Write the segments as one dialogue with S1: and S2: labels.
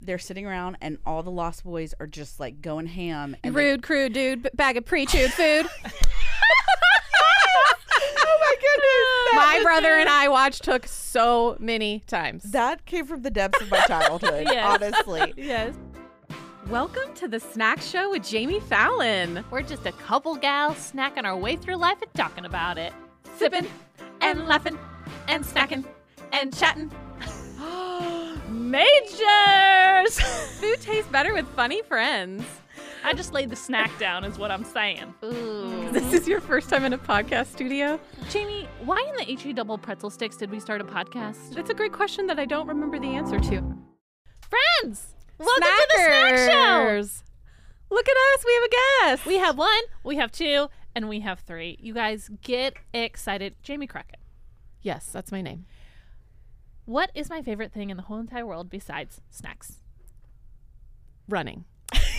S1: they're sitting around and all the Lost Boys are just like going ham. And
S2: Rude, crude, dude, b- bag of pre-chewed food.
S1: oh my goodness!
S2: My brother and I watched Hook so many times.
S1: That came from the depths of my childhood,
S3: Yes.
S1: honestly.
S2: yes. Welcome to the Snack Show with Jamie Fallon.
S3: We're just a couple gals snacking our way through life and talking about it.
S2: Sipping and laughing and snacking and chatting.
S3: Majors!
S2: Food tastes better with funny friends.
S4: I just laid the snack down, is what I'm saying.
S3: Ooh.
S2: This is your first time in a podcast studio.
S3: Jamie, why in the HE double pretzel sticks did we start a podcast?
S2: That's a great question that I don't remember the answer to.
S3: Friends! Welcome to the snack show!
S2: Snackers. Look at us. We have a guest.
S3: We have one, we have two, and we have three. You guys get excited. Jamie Crockett,
S2: yes, that's my name.
S3: what is my favorite thing in the whole entire world besides snacks?
S2: Running.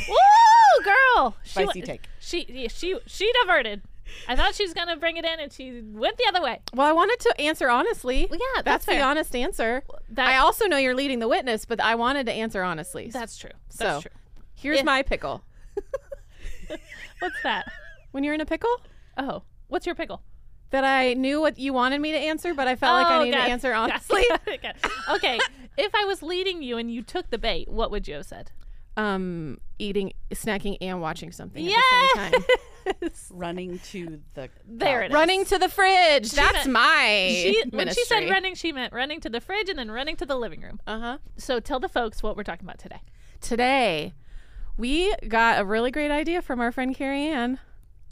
S3: Woo, girl! She
S1: Spicy
S3: wa-
S1: take.
S3: She yeah, she she diverted. I thought she was gonna bring it in, and she went the other way.
S2: Well, I wanted to answer honestly.
S3: Well, yeah,
S2: that's
S3: that's
S2: the
S3: fair.
S2: honest answer.
S3: That-
S2: I also know you're leading the witness, but I wanted to answer honestly.
S3: That's true.
S2: So-
S3: That's true.
S2: Here's
S3: Yeah.
S2: my pickle.
S3: What's that?
S2: When you're in a pickle,
S3: Oh, what's your pickle?
S2: that I knew what you wanted me to answer, but I felt like I
S3: Oh,
S2: needed
S3: got
S2: to
S3: it,
S2: answer
S3: got it,
S2: honestly.
S3: got it, got it. okay, if I was leading you and you took the bait, what would you have said?
S2: um, eating, snacking, and watching something at the same time.
S3: Yes.
S1: Running to the
S3: There it is.
S2: Uh, Running to the fridge. That's
S3: meant-
S2: my
S3: She, when she said
S2: ministry.
S3: running, she meant running to the fridge and then running to the living room.
S2: Uh-huh.
S3: So tell the folks what we're talking about today.
S2: Today, we got a really great idea from our friend Carrie Ann.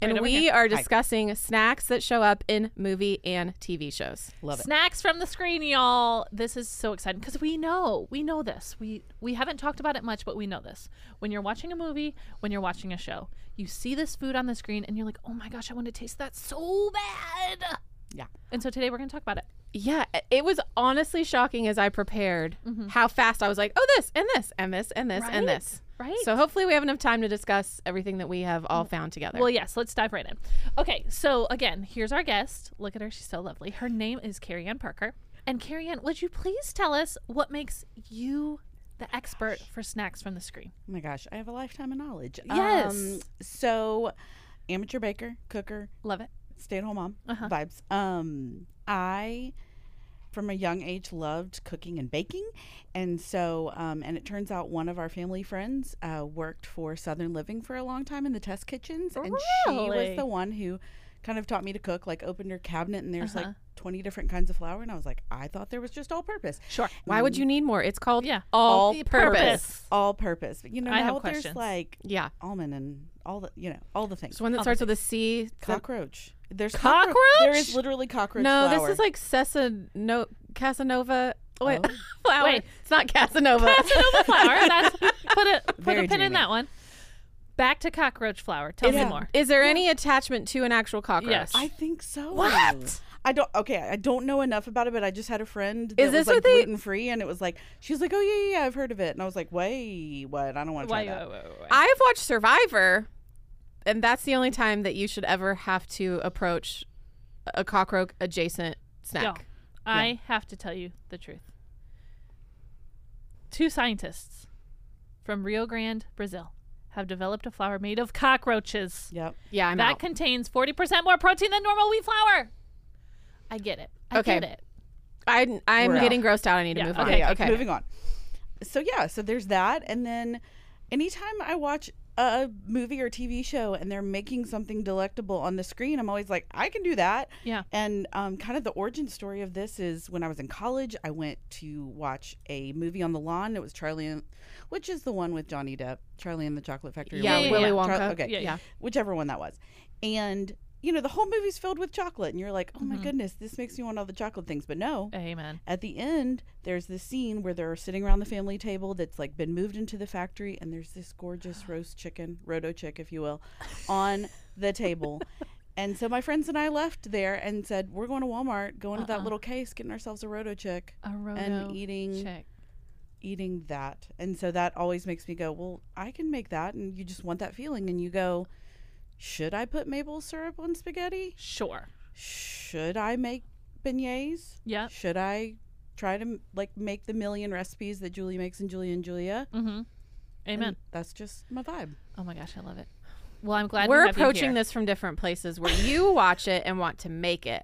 S2: And
S3: over
S2: we are discussing snacks that show up in movie and TV shows.
S1: Love it.
S3: Snacks from the screen, y'all. This is so exciting because we know, we know this. We we haven't talked about it much, but we know this. When you're watching a movie, when you're watching a show, you see this food on the screen and you're like, "Oh my gosh, I want to taste that so bad."
S1: Yeah.
S3: And so today we're going to talk about it.
S2: Yeah, it was honestly shocking as I prepared how fast I was like, oh, this and this and this and this and
S3: Mm-hmm. Right?
S2: this.
S3: Right?
S2: So hopefully we have enough time to discuss everything that we have all found together.
S3: Mm. Well, yes, let's dive right in. Okay, so again, here's our guest. Look at her, she's so lovely. Her name is Carrie Ann Parker. And Carrie Ann, would you please tell us what makes you the expert for snacks from the screen?
S1: Oh my gosh, I have a lifetime of knowledge. Um,
S3: Yes.
S1: so, amateur baker, cooker,
S3: Love it.
S1: stay at home mom
S3: Uh-huh.
S1: vibes. Um, I from a young age loved cooking and baking, and so um, and it turns out one of our family friends uh, worked for Southern Living for a long time in the test kitchens, and she was
S3: Really?
S1: the one who kind of taught me to cook. Like opened her cabinet and there's
S3: Uh-huh.
S1: like twenty different kinds of flour, and I was like, I thought there was just all purpose.
S3: Sure. Mm.
S2: Why would you need more? It's called
S3: Yeah.
S2: all
S3: The
S2: purpose.
S1: All purpose, but you know
S3: I have
S1: now there's
S3: questions.
S1: like
S2: Yeah.
S1: almond and all the you know all the things.
S2: It's one that starts with a C.
S1: Cockroach. There's cockro- There is
S3: Cockroach?
S1: literally cockroach.
S2: No,
S1: flour.
S2: this is like Cessano- Casanova. Wait,
S1: Oh.
S2: flower.
S3: Wait.
S2: It's not Casanova.
S3: Casanova flour. That's put a put
S1: Very
S3: a pin in
S1: dreamy.
S3: that one. Back to cockroach flour. Tell me
S1: Yeah.
S3: more.
S2: Is there any attachment to an actual cockroach?
S3: Yes.
S1: I think so.
S2: What?
S1: I don't. Okay, I don't know enough about it, but I just had a friend. That
S2: Is this
S1: was, like,
S2: what they-
S1: gluten free? And it was like she was like, "Oh yeah, yeah, yeah, I've heard of it." And I was like, "Wait, what? I don't want to try
S3: Why?
S2: oh.
S1: that."
S3: why- why- why-
S2: I have watched Survivor, and that's the only time that you should ever have to approach a cockroach adjacent
S3: Y'all,
S2: snack.
S3: I have to tell you the truth. Two scientists from Rio Grande, Brazil, have developed a flour made of cockroaches
S1: Yep.
S2: Yeah, I'm
S3: that
S2: out.
S3: contains forty percent more protein than normal wheat flour. I get it. I
S2: Okay.
S3: get it.
S2: I, I'm
S1: We're out.
S2: getting grossed out. I need to
S3: Yeah,
S2: move
S3: okay,
S2: on.
S3: okay,
S1: Yeah, okay. Moving on. So yeah, so there's that, and then anytime I watch a movie or TV show and they're making something delectable on the screen, I'm always like, I can do that.
S3: Yeah.
S1: And um, kind of the origin story of this is when I was in college, I went to watch a movie on the lawn. It was Charlie, and, which is the one with Johnny Depp, Charlie and the Chocolate Factory. or
S2: Yeah,
S1: whatever.
S2: Willy
S3: yeah.
S2: Wonka.
S1: Charlie- okay,
S3: Yeah, yeah.
S1: whichever one that was. And you know, the whole movie's filled with chocolate, and you're like, oh my goodness, this makes me want all the chocolate things. But no,
S3: Amen.
S1: at the end, there's this scene where they're sitting around the family table that's like been moved into the factory, and there's this gorgeous roast chicken, roto chick, if you will, on the table. And so my friends and I left there and said, We're going to Walmart, going to that little case, getting ourselves a roto chick,
S3: A roto
S1: and eating
S3: chick.
S1: eating that. And so that always makes me go, Well, I can make that and you just want that feeling and you go, Should I put maple syrup on spaghetti?
S3: Sure.
S1: Should I make beignets?
S3: Yeah.
S1: Should I try to m- like make the million recipes that Julie makes in Julie and Julia.
S3: Mm-hmm.
S1: and
S3: Amen.
S1: that's just my vibe.
S3: Oh my gosh, I love it. Well, I'm glad
S2: We're
S3: we have you
S2: approaching
S3: here.
S2: this from different places where you watch it and want to make it.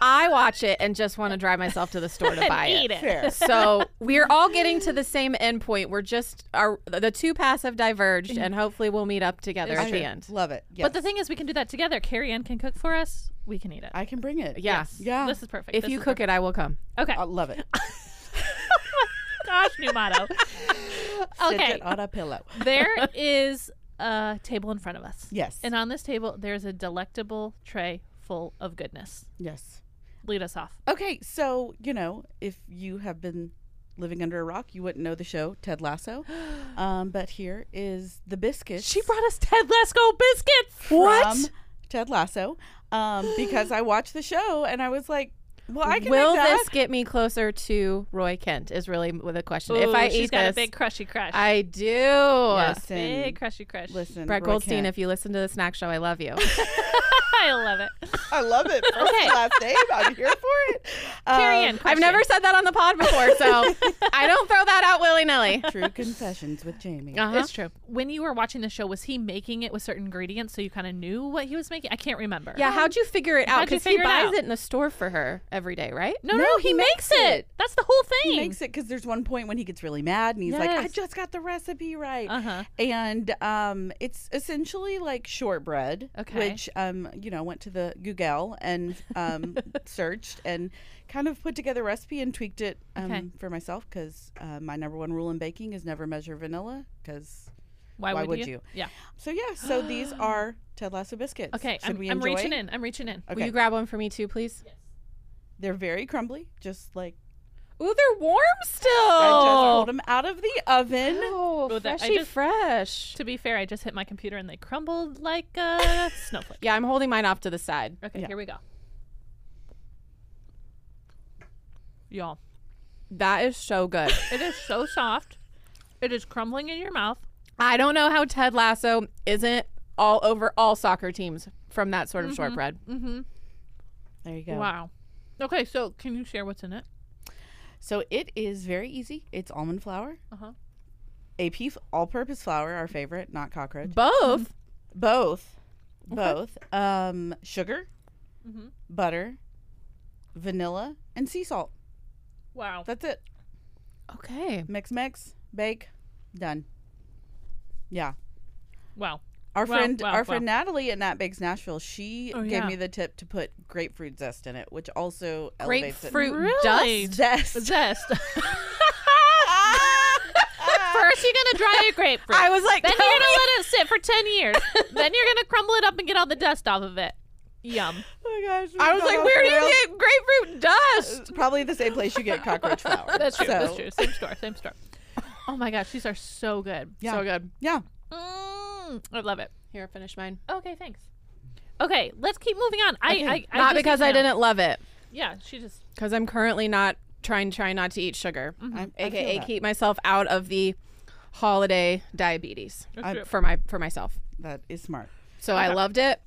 S2: I watch it and just want to drive myself to the store to buy
S3: Eat
S2: it.
S3: it.
S1: Fair.
S2: So we're all getting to the same end point. We're just our the two paths have diverged and hopefully we'll meet up together
S3: It's
S2: at
S1: I
S2: the end.
S1: Love it. Yes.
S3: But the thing is, we can do that together. Carrie Ann can cook for us. We can eat it.
S1: I can bring it.
S2: Yes.
S1: Yeah.
S3: this is perfect.
S2: If you cook it, I will come.
S3: it, okay.
S1: I love it.
S3: Gosh, new motto.
S1: Sit
S3: okay,
S1: it on a pillow.
S3: there is a table in front of us,
S1: Yes.
S3: and on this table there's a delectable tray full of goodness.
S1: yes.
S3: Lead us off.
S1: Okay, so you know, if you have been living under a rock, you wouldn't know the show Ted Lasso. Um, but here is the biscuits.
S3: us Ted Lasco biscuits.
S1: from Ted Lasso um, because I watched the show and I was like, well, I can
S2: will
S1: make that.
S2: this get me closer to Roy Kent? Is really the question. if
S3: Ooh,
S2: I
S3: she's
S2: eat
S3: got
S2: this,
S3: a big crushy crush.
S2: I do.
S1: Listen,
S3: big crushy crush.
S1: listen,
S2: Brett
S1: Roy
S2: Goldstein,
S1: Kent.
S2: if you listen to the snack show, I love you.
S3: I love it.
S1: I love it. First
S3: Okay.
S1: and last name, I'm here for it.
S3: Carrie
S1: Um,
S3: Ann,
S2: I've
S3: question.
S2: never said that on the pod before, so I don't throw that out willy nilly.
S1: True confessions with Jamie.
S2: Uh-huh.
S3: It's true. When you were watching the show, was he making it with certain ingredients so you kind of knew what he was making? I can't remember.
S2: Yeah, how'd you figure it out?
S3: How'd you
S2: Because he
S3: figure it
S2: buys
S3: out?
S2: it, in the store for her every day, right?
S3: No, no, no, he, makes, it. That's the whole thing.
S1: He makes it because there's one point when he gets really mad and he's like, I
S3: Yes.
S1: just got the recipe right.
S3: Uh-huh.
S1: And um, it's essentially like shortbread,
S3: Okay.
S1: which, um, you know, went to the Google and um, searched and kind of put together a recipe and tweaked it um,
S3: Okay.
S1: for myself because uh, my number one rule in baking is never measure vanilla because.
S3: Why,
S1: Why
S3: would,
S1: would
S3: you?
S1: you?
S3: Yeah.
S1: So, yeah, so these are Ted Lasso biscuits.
S3: Okay,
S1: Should
S3: I'm,
S1: we
S3: I'm
S1: enjoy?
S3: reaching in. I'm reaching in.
S2: Will
S1: Okay.
S2: you grab one for me too, please?
S1: They're very crumbly, just like
S2: Ooh, they're warm still.
S1: I just pulled them out of the oven.
S2: Oh,
S3: Oh, that- I
S2: freshy
S3: just-
S2: fresh.
S3: To be fair, I just hit my computer and they crumbled like a snowflake.
S2: Yeah, I'm holding mine off to the side.
S3: Okay,
S1: Yeah.
S3: here we go. Y'all,
S2: That is so good.
S3: it is so soft. It is crumbling in your mouth.
S2: I don't know how Ted Lasso isn't all over all soccer teams from that sort of shortbread.
S3: Mm-hmm.
S1: There you go.
S3: Wow. Okay, so can you share what's in it?
S1: So it is very easy. It's almond flour,
S3: Uh-huh.
S1: AP f- all-purpose flour, our favorite, not cockroach.
S2: Both.
S1: both, both um, sugar,
S3: Mhm.
S1: butter, vanilla, and sea salt.
S3: Wow.
S1: That's it.
S2: Okay.
S1: Mix, mix, bake, done. Yeah.
S3: Wow.
S1: Our
S3: Wow,
S1: friend,
S3: wow,
S1: our
S3: wow.
S1: friend Natalie at Nat Bakes Nashville, she
S3: Oh,
S1: gave
S3: yeah.
S1: me the tip to put grapefruit zest in it, which also elevates it.
S2: Grapefruit
S3: Really?
S2: dust.
S1: zest.
S3: Zest. First, you're gonna dry a grapefruit.
S2: I was like,
S3: then you're
S2: tell
S3: gonna
S1: Oh
S3: let it sit for ten years. then you're gonna crumble it up and get all the dust off of it. Yum.
S1: Oh my gosh.
S2: I was like, where do you get grapefruit dust?
S1: get? Probably the same place you get cockroach flour.
S3: That's true.
S1: So,
S3: That's true. Same store. Same store. Oh my gosh, these are so good.
S1: Yeah.
S2: So good.
S1: Yeah.
S3: Mm, I love it.
S2: Here, finish mine.
S3: Okay, thanks. Okay, let's keep moving on. I,
S1: Okay.
S3: I, I
S2: not
S3: just
S2: because
S3: need
S2: I
S3: to know.
S2: didn't love it,
S3: Yeah, she just.
S2: because I'm currently not trying trying not to eat sugar,
S1: I, I
S2: aka
S1: feel that.
S2: keep myself out of the holiday diabetes
S3: That's
S1: I-
S3: true.
S2: for my for myself.
S1: that is smart.
S2: So I loved it,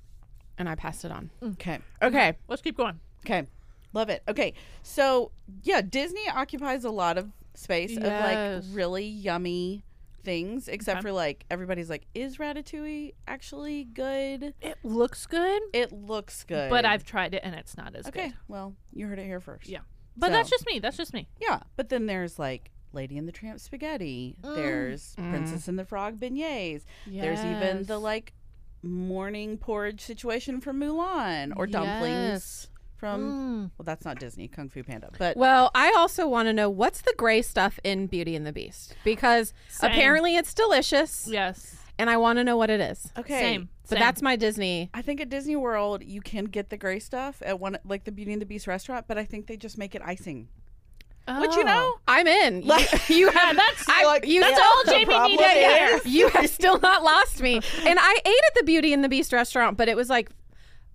S2: and I passed it on.
S3: Mm.
S1: Okay.
S2: Okay.
S3: Let's keep going.
S1: Okay. Love it. Okay. So, yeah, Disney occupies a lot of space
S2: Yes.
S1: of like really yummy things, except
S3: Okay.
S1: for like everybody's like, is Ratatouille actually good?
S3: It looks good,
S1: It looks good.
S3: but I've tried it and it's not as
S1: Okay.
S3: good.
S1: Well, you heard it here first.
S3: Yeah. But that's
S1: So-
S3: just me. That's just me.
S1: Yeah. But then there's like Lady and the Tramp spaghetti.
S2: Mm.
S1: There's Princess and the Frog beignets. There's even the
S2: Yes.
S1: like morning porridge situation from Mulan or dumplings
S2: Yes. Mm.
S1: from
S2: Um,
S3: Mm,
S1: well that's not Disney Kung Fu Panda but
S2: Well, I also want to know what's the gray stuff in Beauty and the Beast because
S3: Same.
S2: apparently it's delicious,
S3: Yes.
S2: and I want to know what it is.
S1: okay
S3: Same.
S2: But
S3: Same.
S2: that's my Disney.
S1: I think at Disney World you can get the gray stuff at one like the Beauty and the Beast restaurant but I think they just make it icing which you know
S2: I'm in. You,
S1: Like-
S2: you have
S3: Oh. that's-
S2: I,
S1: like,
S2: you
S1: that's
S2: still-
S1: all
S2: the
S3: Jamie
S2: problem
S3: needed there.
S2: is- You have still not lost me. And I ate at the Beauty and the Beast restaurant, but it was like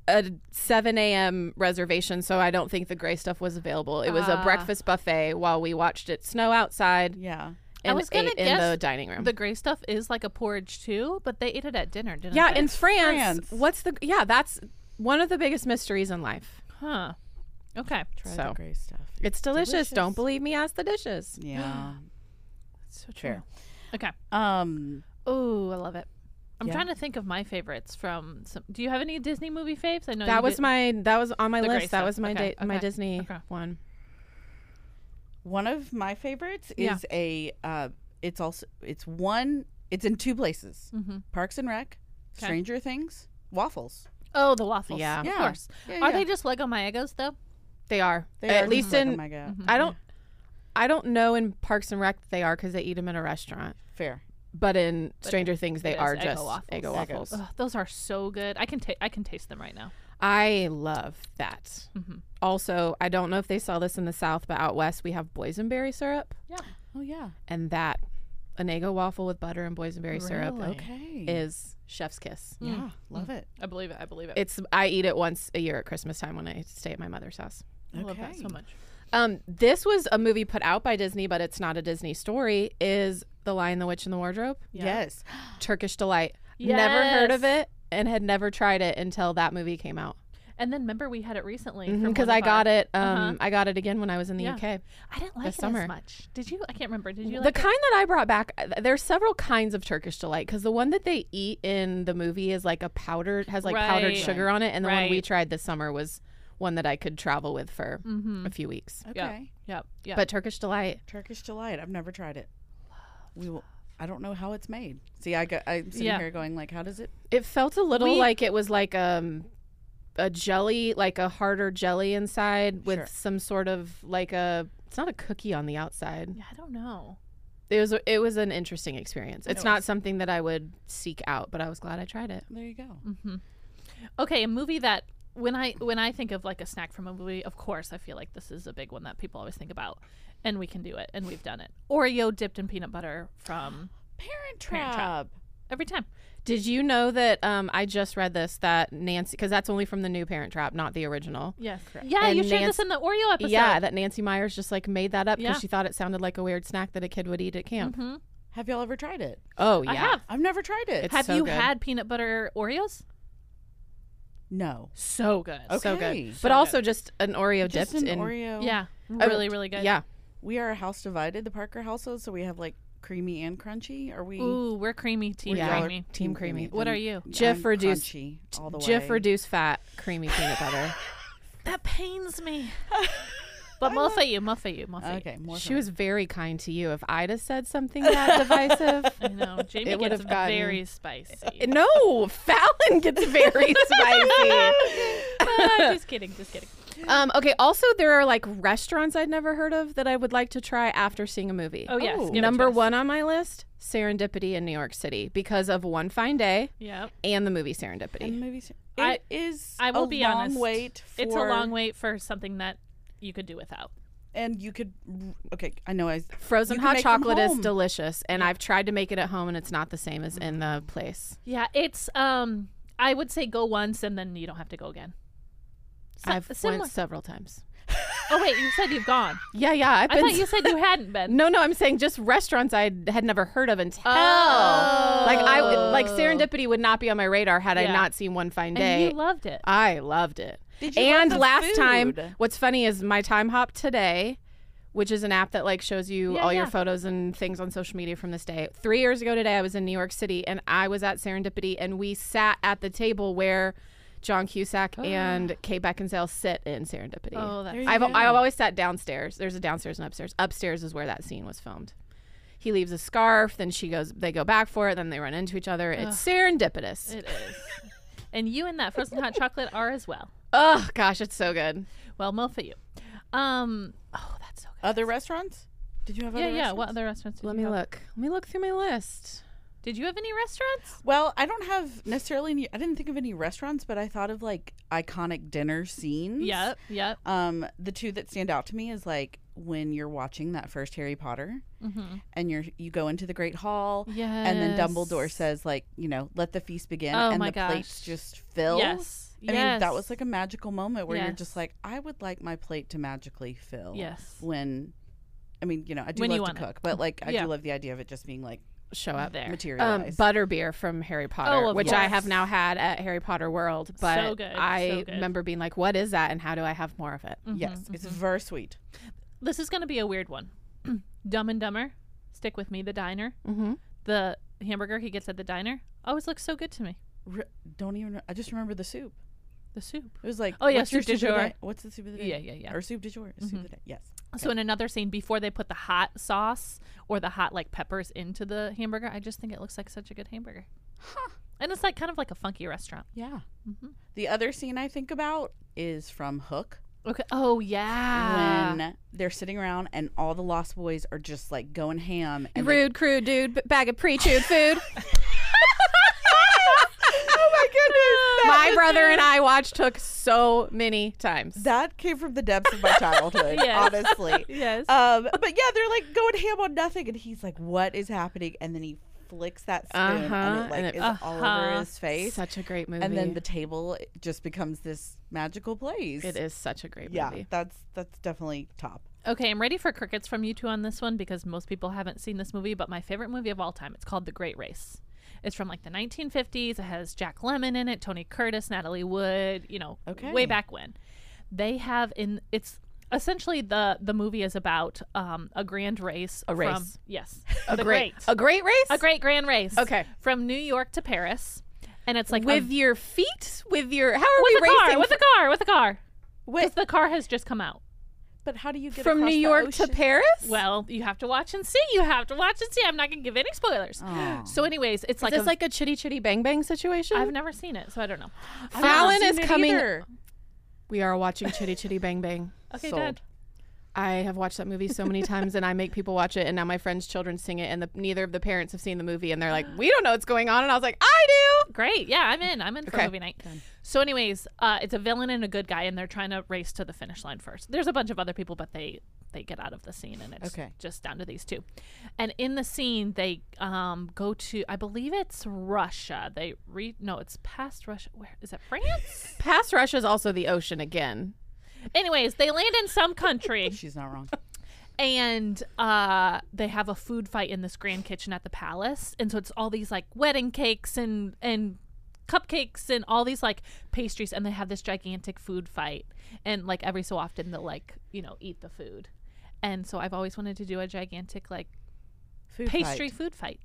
S2: a 7 a.m. reservation, so I don't think the gray stuff was available. It was a
S3: Ah.
S2: breakfast buffet while we watched it snow outside
S1: yeah
S2: and
S3: was gonna
S2: ate in the
S3: guess
S2: dining room.
S3: The gray stuff is like a porridge too, but they ate it at dinner, didn't
S2: yeah,
S3: they?
S2: in France,
S1: France.
S2: what's the yeah? That's one of the biggest mysteries in life.
S3: huh. Okay.
S1: Try the
S2: So.
S1: gray stuff.
S2: It's delicious.
S1: Delicious.
S2: Don't believe me. Ask the dishes.
S1: Yeah.
S3: So
S1: Fair.
S3: Okay.
S1: Um,
S3: Oh, I love it. I'm
S1: Yeah.
S3: trying to think of my favorites from some. Do you have any Disney movie faves? I know you
S2: That was
S3: did-
S2: my. That was on my
S3: The gray
S2: list. That
S3: stuff.
S2: was my
S3: Okay,
S2: date. My
S3: okay,
S2: Disney
S3: okay.
S2: one.
S1: one of my favorites
S3: Yeah.
S1: is a. Uh, it's also it's one. It's in two places:
S3: Mhm.
S1: Parks and Rec,
S3: Okay.
S1: Stranger Things, waffles.
S3: Oh, the waffles.
S2: Yeah.
S3: Of
S1: Yeah.
S3: course.
S1: Yeah,
S3: Are
S1: yeah.
S3: they just Lego My Egos though?
S2: They are.
S1: They
S2: At
S1: are
S2: least
S1: just like,
S2: in. Mm-hmm.
S1: oh my god,
S2: I
S3: Mm-hmm.
S2: don't. I don't know in Parks and Rec that they are because they eat them in a restaurant.
S1: fair.
S2: But in Stranger Things, they
S3: it
S2: are
S3: is
S2: just
S3: Eggo waffles.
S2: Eggo waffles.
S3: Ugh, those are so good. I can ta- I can taste them right now.
S2: I love that.
S3: Mhm.
S2: Also, I don't know if they sell this in the South, but out west we have boysenberry syrup,
S1: Oh yeah.
S2: and that an Eggo waffle with butter and boysenberry syrup
S3: Really? Mm.
S1: Okay.
S2: is chef's kiss.
S1: yeah, love it.
S3: I believe it. I believe it.
S2: It's I eat it once a year at Christmas time when I stay at my mother's house.
S3: I love that
S1: okay.
S3: so much.
S2: Um, this was a movie put out by Disney, but it's not a Disney story. Is The Lion, the Witch, and the Wardrobe?
S3: Yeah.
S1: Yes.
S2: Turkish delight. Never heard of
S3: Yes.
S2: it and had never tried it until that movie came out.
S3: And then remember we had it recently
S2: Because
S3: from one
S2: Mm-hmm, I
S3: of
S2: got
S3: our-
S2: it, um,
S3: Uh-huh.
S2: I got it again when I was in the
S3: Yeah.
S2: UK.
S3: I didn't like it
S2: this summer.
S3: as much. Did you? I can't remember. Did you?
S2: The
S3: like it?
S2: kind that I brought back, uh, there are several kinds of Turkish delight. Because the one that they eat in the movie is like a powdered, has like powdered
S3: Right.
S2: sugar on it, and the one we
S3: Right.
S2: tried this summer was one that I could travel with for
S3: Mhm.
S2: a few weeks.
S1: Okay.
S3: Yeah. Yep. Yeah.
S2: But Turkish delight,
S1: Turkish delight. I've never tried it. We will. I don't know how it's made. See, I got. I'm sitting
S3: Yeah.
S1: here going like, how does it?
S2: It felt a little
S3: We-
S2: like it was like um a jelly, like a harder jelly inside with
S1: Sure.
S2: some sort of like a it's not a cookie on the outside.
S3: yeah, I don't know.
S2: It was it was an interesting experience. It's
S1: It
S2: not something that I would seek out, but I was glad I tried it.
S1: There you go.
S3: hmm Okay, a movie that when I when I think of like a snack from a movie, of course I feel like this is a big one that people always think about, and we can do it, and we've done it. Oreo dipped in peanut butter from
S1: Parent
S3: Parent Trap.
S1: Trap.
S3: every time.
S2: Did you know that um I just read this that Nancy cuz that's only from the new Parent Trap, not the original.
S3: Yes. Yeah,
S2: And
S3: you shared this
S2: Nancy-
S3: in the Oreo episode.
S2: Yeah, that Nancy Myers just like made that up
S3: Yeah.
S2: because she thought it sounded like a weird snack that a kid would eat at camp.
S3: hmm
S1: Have y'all ever tried it?
S2: Oh yeah.
S3: I have.
S1: I've never tried it.
S2: It's
S3: have
S2: so
S3: you
S2: good.
S3: had peanut butter Oreos?
S1: no.
S3: So good.
S1: Okay.
S2: So good.
S3: So
S2: But
S3: good.
S2: also just an Oreo
S1: Just
S2: dipped
S1: an
S2: in
S1: Oreo.
S3: Yeah,
S2: Oh,
S3: really, really good.
S2: Yeah.
S1: We are a house divided, the Parker household, so we have like creamy and crunchy. Are we?
S3: Ooh, we're creamy, team
S2: Yeah.
S3: creamy.
S2: Team creamy.
S3: What
S1: then
S3: are you?
S2: Jif
S1: I'm
S2: reduced-
S1: crunchy all the
S2: Jif
S1: way.
S2: reduce fat creamy peanut butter.
S3: That pains me. but muffa you, muffa you, muffa
S1: Okay, more.
S2: she
S1: from-
S2: was very kind to you. If I'd have said something that divisive,
S3: you. I know Jamie
S2: It would
S3: gets
S2: have gotten-
S3: very spicy.
S2: no, Fallon gets very spicy.
S3: Ah, just kidding, just kidding.
S2: Um, okay. Also, there are like restaurants I'd never heard of that I would like to try after seeing a movie.
S3: Oh yes,
S1: Oh.
S3: give it
S2: Number
S3: to us.
S2: one on my list: Serendipity in New York City because of One Fine Day
S3: Yep.
S2: and the movie Serendipity.
S1: And the movie.
S3: I-
S1: it is
S3: I will
S1: a
S3: be
S1: long
S3: honest.
S1: wait. For,
S3: It's a long wait for something that you could do without.
S1: and you could. Okay, I know. I
S2: Frozen
S1: You can
S2: hot
S1: make them
S2: chocolate is
S1: home.
S2: delicious, and I've tried to make it at home, and it's not the same as in the place.
S3: Yeah, it's um I would say go once and then you don't have to go again. Si-
S2: I've
S3: similar-
S2: went several times.
S3: Oh wait, you said you've gone.
S2: Yeah, yeah. I've
S3: I
S2: been
S3: thought you said you hadn't been.
S2: No, no, I'm saying just restaurants I had never heard of until
S3: Oh.
S2: like I would- like Serendipity would not be on my radar had I
S3: Yeah.
S2: not seen One Fine
S3: And
S2: Day.
S3: you loved it.
S2: I loved it.
S1: Did you
S2: and
S1: love the
S2: last time,
S1: food?
S2: what's funny is my time hop today, which is an app that like shows you
S3: Yeah,
S2: all your
S3: yeah.
S2: photos and things on social media from this day. Three years ago today, I was in New York City and I was at Serendipity and we sat at the table where. John Cusack and Kate Beckinsale sit in Serendipity.
S3: Oh, that's
S2: I've, I've always sat downstairs. There's a downstairs and upstairs. Upstairs is where that scene was filmed. He leaves a scarf, then she goes. They go back for it, then they run into each other. It's serendipitous.
S3: it is. And you and that frozen hot chocolate are as well.
S2: oh gosh, it's so good.
S3: Well, mo for you. Um oh that's so good.
S1: Other restaurants? Did you have
S3: yeah,
S1: other
S3: yeah.
S1: restaurants?
S3: What other restaurants did
S2: Let
S3: you
S2: me
S3: have?
S2: look. Let me look through my list.
S3: Did you have any restaurants?
S1: Well, I don't have necessarily any, I didn't think of any restaurants, but I thought of like iconic dinner scenes.
S3: Yep, yep.
S1: Um, the two that stand out to me is like when you're watching that first Harry Potter
S3: Mm-hmm.
S1: and you're you go into the Great Hall
S3: Yes.
S1: and then Dumbledore says like, you know, let the feast begin
S3: Oh
S1: and
S3: my
S1: the plates
S3: gosh.
S1: just fill.
S3: Yes.
S1: I mean, that was
S3: yes.
S1: like a magical moment where you're
S3: Yes.
S1: just like, I would like my plate to magically fill.
S3: Yes.
S1: When I mean, you know, I do
S3: When you
S1: love to
S3: want it.
S1: cook, but like I
S3: Yeah.
S1: do love the idea of it just being like
S2: show up.
S3: there.
S2: Um,
S1: materialize.
S2: butterbeer from Harry Potter,
S3: Oh, of
S2: which I have
S3: course.
S2: now had at Harry Potter World, but
S4: So good, so
S2: I
S4: good.
S2: remember being like, "What is that? And how do I have more of it?"
S1: yes, it's very sweet.
S3: Mm-hmm, This is going to be a weird one. Dumb and Dumber. Stick with me. The diner.
S2: Mm-hmm.
S3: The hamburger he gets at the diner always looks so good to me.
S1: Re- don't even. I just remember the soup.
S3: The soup.
S1: It was like,
S3: Oh, yeah,
S1: what's your
S3: soup du
S1: soup of the
S3: jour.
S1: day? What's the soup of the day?
S3: Yeah, yeah, Mm-hmm. yeah.
S1: Or soup du jour, soup of the day. Yes.
S3: So in another scene, before they put the hot sauce or the hot like peppers into the hamburger, I just think it looks like such a good hamburger. And it's like kind of like a funky restaurant. Mm-hmm.
S1: Yeah. The other scene I think about is from Hook
S3: Okay. Oh
S2: Ah.
S3: yeah.
S1: when they're sitting around and all the Lost Boys are just like going ham. And they-
S2: Rude, crude, dude, b- bag of pre-chewed food.
S1: oh my goodness! that
S2: My
S1: was-
S2: brother and I watched Hook so many times.
S1: That came from the depths of my childhood,
S3: Yes.
S1: honestly.
S3: yes.
S1: Um, but yeah, they're like going ham on nothing, and he's like, "What is happening?" And then he flicks that spoon, and
S2: Uh-huh,
S1: it like
S2: and it-
S1: is all over
S3: Uh-huh.
S1: his face.
S2: Such a great movie.
S1: and then the table just becomes this magical place.
S2: it is such a great
S1: Yeah,
S2: movie.
S1: that's that's definitely top.
S3: Okay, I'm ready for crickets from you two on this one because most people haven't seen this movie, but my favorite movie of all time. It's called The Great Race. It's from like the 1950s. It has Jack Lemmon in it, Tony Curtis, Natalie Wood, you know,
S1: Okay.
S3: way back when. They have in it's essentially the the movie is about um, a grand race. A
S2: race.
S3: yes.
S2: A
S3: the
S2: great, a great race.
S3: A great grand race.
S2: Okay.
S3: From New York to Paris. And it's like a-
S2: with your feet, Um, with your how are
S3: with
S2: we
S3: a
S2: racing
S3: car, with a car, with a car.
S1: Wait,
S3: Because the car has just come out.
S1: but how do you get
S2: from
S1: across
S2: New
S1: the
S2: York to
S1: ocean?
S2: Paris?
S3: Well, you have to watch and see. You have to watch and see. I'm not gonna give any spoilers.
S1: Oh.
S3: So, anyways, it's like
S2: is this
S3: a-
S2: like a chitty chitty bang bang situation?
S3: I've never seen it, so I don't know.
S1: I've never
S2: Fallon
S1: seen
S2: is
S1: it
S2: coming-
S1: either.
S2: we are watching Chitty Chitty Bang Bang.
S3: Okay,
S1: Sold.
S3: Dad.
S2: I have watched that movie so many times, and I make people watch it, and now my friends' children sing it, and the, neither of the parents have seen the movie, and they're like, "We don't know what's going on," and I was like, "I do."
S3: Great. Yeah, I'm in. I'm in for
S2: Okay.
S3: movie night. So, anyways, uh, it's a villain and a good guy, and they're trying to race to the finish line first. There's a bunch of other people, but they they get out of the scene, and it's
S1: Okay.
S3: just down to these two. And in the scene, they um, go to I believe it's Russia. They re no, it's past Russia. Where is it? France.
S2: Past Russia is also the ocean again.
S3: anyways, they land in some country.
S1: She's not wrong.
S3: and uh, they have a food fight in this grand kitchen at the palace and so it's all these like wedding cakes and and cupcakes and all these like pastries and they have this gigantic food fight and like every so often they'll like you know eat the food and so i've always wanted to do a gigantic like
S1: Food
S3: pastry
S1: fight.
S3: food fight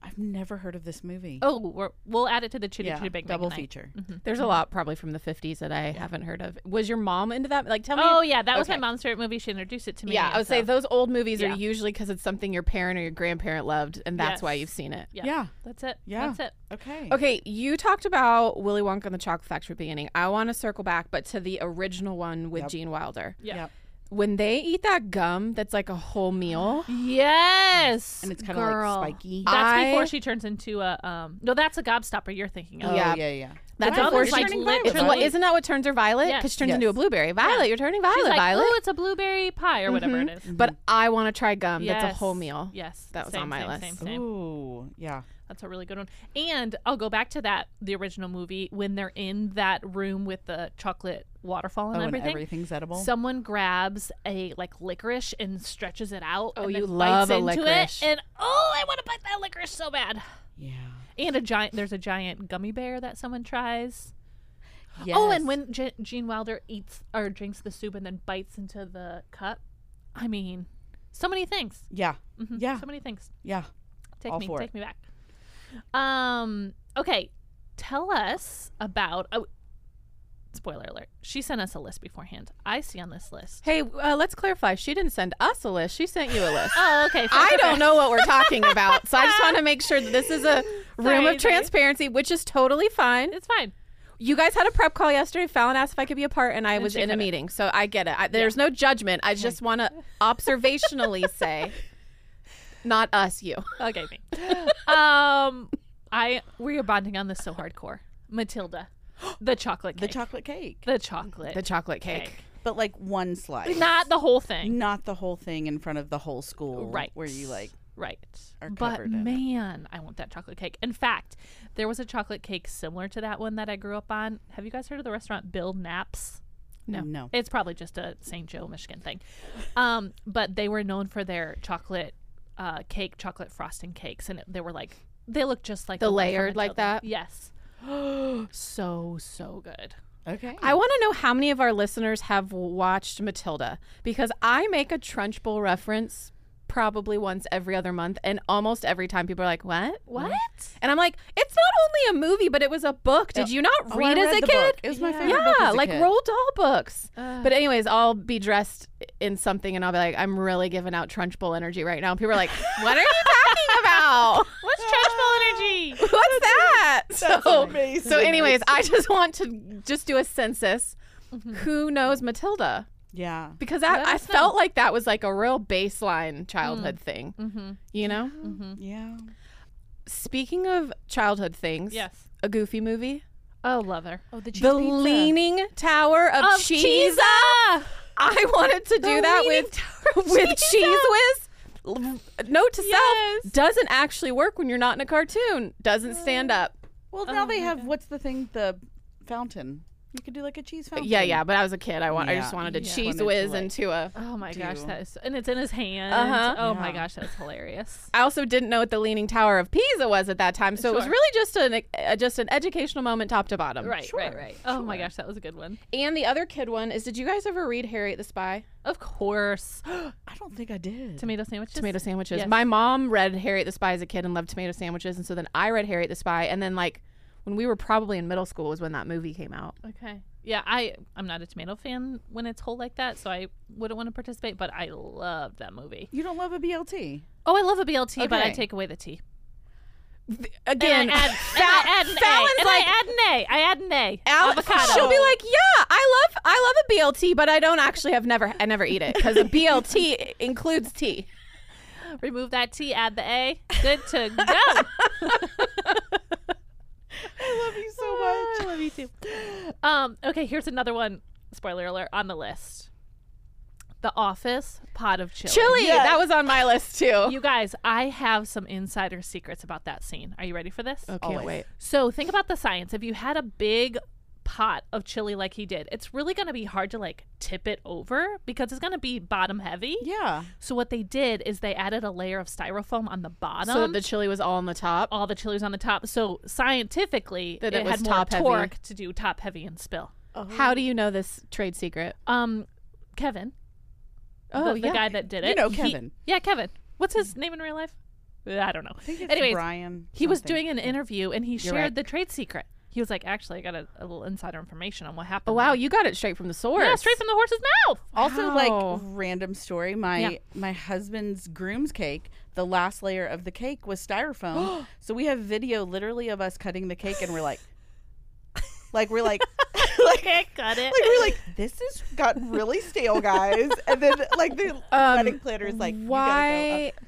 S1: I've never heard of this movie.
S3: oh we're, we'll add it to the chitty
S1: yeah,
S3: chitty bang Bang
S1: double
S3: tonight.
S1: feature.
S2: There's a lot probably from the 50s that I haven't heard of. Was your mom into that? Like, tell me.
S3: oh yeah that was my
S2: Okay.
S3: mom's favorite movie she introduced it to me
S2: Yeah, I would say
S3: so-
S2: those old movies are
S3: Yeah.
S2: usually because it's something your parent or your grandparent loved, and that's why
S3: Yes.
S2: you've seen it.
S3: yeah,
S1: Yeah.
S3: that's it
S1: Yeah.
S3: that's it
S1: Okay.
S2: Okay, you talked about Willy Wonka and the Chocolate Factory at the beginning. I want to circle back, but to the original one with
S1: Yep.
S2: Gene Wilder.
S3: yeah,
S1: Yep.
S2: When they eat that gum, that's like a whole meal.
S3: Yes,
S1: And it's kind of like
S3: girl.
S1: spiky.
S2: I-
S3: That's before she turns into a um. No, that's a gobstopper you're thinking of.
S1: oh,
S2: yeah.
S1: yeah, yeah.
S2: That's
S1: Why
S3: dumb
S2: before
S3: is
S2: she
S3: like
S2: turning
S3: literally-
S2: violet. It's what, isn't that what turns her violet?
S3: Yes.
S2: Because she turns
S1: Yes.
S2: into a blueberry. Violet, you're turning violet,
S3: She's like,
S2: violet.
S3: oh, it's a blueberry pie or whatever it is.
S2: But I want to try gum. Um, That's
S3: Yes.
S2: a whole meal.
S3: Yes,
S2: That was
S3: same,
S2: on my
S3: same,
S2: list.
S3: Same, same.
S1: Ooh, yeah.
S3: That's a really good one. And I'll go back to that the original movie when they're in that room with the chocolate waterfall and
S1: Oh,
S3: everything.
S1: and everything's edible.
S3: Someone grabs a like licorice and stretches it out.
S2: Oh,
S3: and
S2: you
S3: then
S2: love
S3: bites
S2: a
S3: into
S2: licorice.
S3: It, and oh, I want to bite that licorice so bad.
S1: yeah.
S3: And a giant. There's a giant gummy bear that someone tries.
S1: Yes.
S3: Oh, and when G- Gene Wilder eats or drinks the soup and then bites into the cup, I mean, so many things.
S1: Yeah.
S3: Mhm,
S1: Yeah.
S3: so many things.
S1: Yeah.
S3: Take
S1: All
S3: me,
S1: for
S3: take
S1: it.
S3: me back. Um. Okay, tell us about. Oh, spoiler alert. She sent us a list beforehand. I see on this list.
S2: Hey, uh, let's clarify. She didn't send us a list. She sent you a list.
S3: Oh, okay. so-
S2: I don't know what we're talking about. So I just want to make sure that this is a room
S3: Sorry,
S2: of transparency, which is totally fine.
S3: It's fine.
S2: You guys had a prep call yesterday. Fallon asked if I could be a part, and I was
S3: she
S2: in a
S3: couldn't.
S2: meeting. So I get it. I, there's no judgment. I just want to observationally say, not us, you.
S3: Okay, me. um, I we are bonding on this so hardcore. Matilda, the chocolate
S1: The
S3: cake,
S1: chocolate cake.
S3: the chocolate,
S2: The chocolate cake.
S3: Cake.
S1: But like one slice.
S3: not the whole thing.
S1: not the whole thing in front of the whole school.
S3: Right.
S1: Where you like
S3: Right.
S1: are
S3: But
S1: covered in it.
S3: man, I want that chocolate cake. In fact, there was a chocolate cake similar to that one that I grew up on. Have you guys heard of the restaurant Bill Knapp's?
S2: No.
S1: no.
S3: It's probably just a St. Joe, Michigan thing. Um, but they were known for their chocolate uh, cake, chocolate frosting cakes, and it, they were like they look just like
S2: The
S3: a one from
S2: layered like
S3: other.
S2: that?
S3: Yes, so so good.
S5: Okay.
S2: I want to know how many of our listeners have watched Matilda because I make a Trunchbull reference probably once every other month, and almost every time people are like, "What? What?" And I'm like, "It's not only a movie, but it was a book. Did you not
S1: Oh, I
S2: read as a
S1: the
S2: kid?"
S1: book. It was my favorite book
S2: Yeah,
S1: as a
S2: like
S1: kid.
S2: Roald Dahl books. but anyways, I'll be dressed in something, and I'll be like, "I'm really giving out Trunchbull energy right now." And people are like, "What are you talking about?"
S4: What's
S3: oh.
S4: Trunchbull energy?
S2: What's that? so,
S1: amazing.
S2: so anyways, I just want to just do a census. Who knows Matilda?
S1: Yeah.
S2: Because that,
S3: Let
S2: I
S3: us know.
S2: felt like that was like a real baseline childhood thing,
S3: Mm-hmm.
S2: you know?
S1: Yeah.
S2: Speaking of childhood things,
S3: Yes.
S2: a goofy movie.
S3: Oh, love her.
S1: Oh, the,
S2: the Leaning Tower of,
S3: Of
S2: Cheese.
S3: Cheesa!
S2: I wanted to do
S3: The
S2: that
S3: Leaning
S2: with, with Cheese Whiz. L- Note to
S3: Yes.
S2: self doesn't actually work when you're not in a cartoon, doesn't stand up.
S1: Well,
S3: Oh,
S1: now they have what's the thing? The fountain. You could do like a cheese fountain.
S2: Yeah, yeah, but I was a kid. I want. I
S1: Yeah.
S2: just wanted to
S1: Yeah.
S2: cheese
S1: Wanted to,
S2: whiz
S1: like-
S2: into a.
S3: Oh my gosh,
S1: Do.
S3: that is, and it's in his hand.
S2: Uh-huh.
S3: Oh my
S1: Yeah.
S3: gosh, that's hilarious.
S2: I also didn't know what the Leaning Tower of Pisa was at that time, so it was
S3: Sure.
S2: really just an uh, just an educational moment, top to bottom.
S3: Right, right,
S1: Sure,
S3: right. Oh my gosh, that was a good one.
S2: And the other kid one is: Did you guys ever read Harriet the Spy?
S3: Of course,
S1: I don't think I did.
S3: tomato sandwiches.
S2: Tomato sandwiches.
S3: Yes.
S2: My mom read Harriet the Spy as a kid and loved tomato sandwiches, and so then I read Harriet the Spy, and then like when we were probably in middle school was when that movie came out.
S3: Okay. Yeah, I I'm not a tomato fan when it's whole like that, so I wouldn't want to participate. But I love that movie.
S1: You don't love a BLT.
S3: Oh, I love a BLT, but I
S2: Okay.
S3: take away the T.
S2: Again,
S3: and I add, and I add an
S2: Fallon's
S3: A. And
S2: like-
S3: I add an A. I add an A.
S2: Al-
S3: avocado.
S2: She'll be like, "Yeah, I love I love a BLT, but I don't actually have never I never eat it because a BLT includes tea."
S3: remove that T, add the A. Good to go.
S1: I love you so much.
S3: I love you too. Um, okay, here's another one. Spoiler alert on the list. The Office pot of chili.
S2: Chili,
S1: Yes.
S2: that was on my list too.
S3: You guys, I have some insider secrets about that scene. Are you ready for this?
S2: can't wait.
S3: So think about the science. If you had a big pot of chili like he did, it's really going to be hard to like tip it over because it's going to be bottom heavy.
S1: Yeah.
S3: So what they did is they added a layer of styrofoam on the bottom.
S2: So that the chili was all on the top.
S3: all the chili was on the top. So scientifically,
S2: That
S3: it,
S2: it was
S3: had more
S2: top heavy.
S3: torque to do top heavy and spill.
S2: Oh. How do you know this trade secret?
S3: Um, Kevin,
S2: Oh,
S3: the,
S2: yeah.
S3: the guy that did it.
S1: You know
S3: he-
S1: Kevin.
S3: yeah, Kevin. What's his name in real life? Uh, I don't know.
S1: I think it's
S3: Anyways,
S1: Brian.
S3: he was
S1: something.
S3: doing an interview and he shared
S2: right.
S3: the trade secret. He was like, "Actually, I got a, a little insider information on what
S2: Oh,
S3: happened."
S2: wow,
S3: there."
S2: you got it straight from the source.
S3: Yeah, straight from the horse's mouth.
S1: Also,
S2: Wow.
S1: like random story, my
S3: Yeah.
S1: my husband's groom's cake, the last layer of the cake was styrofoam. so we have video literally of us cutting the cake, and we're like, like we're like, like,
S4: Can't cut it.
S1: like we're like, this has got really stale, guys. And then like the
S3: Uh,
S1: wedding planner is like, "You gotta go
S2: Um, why?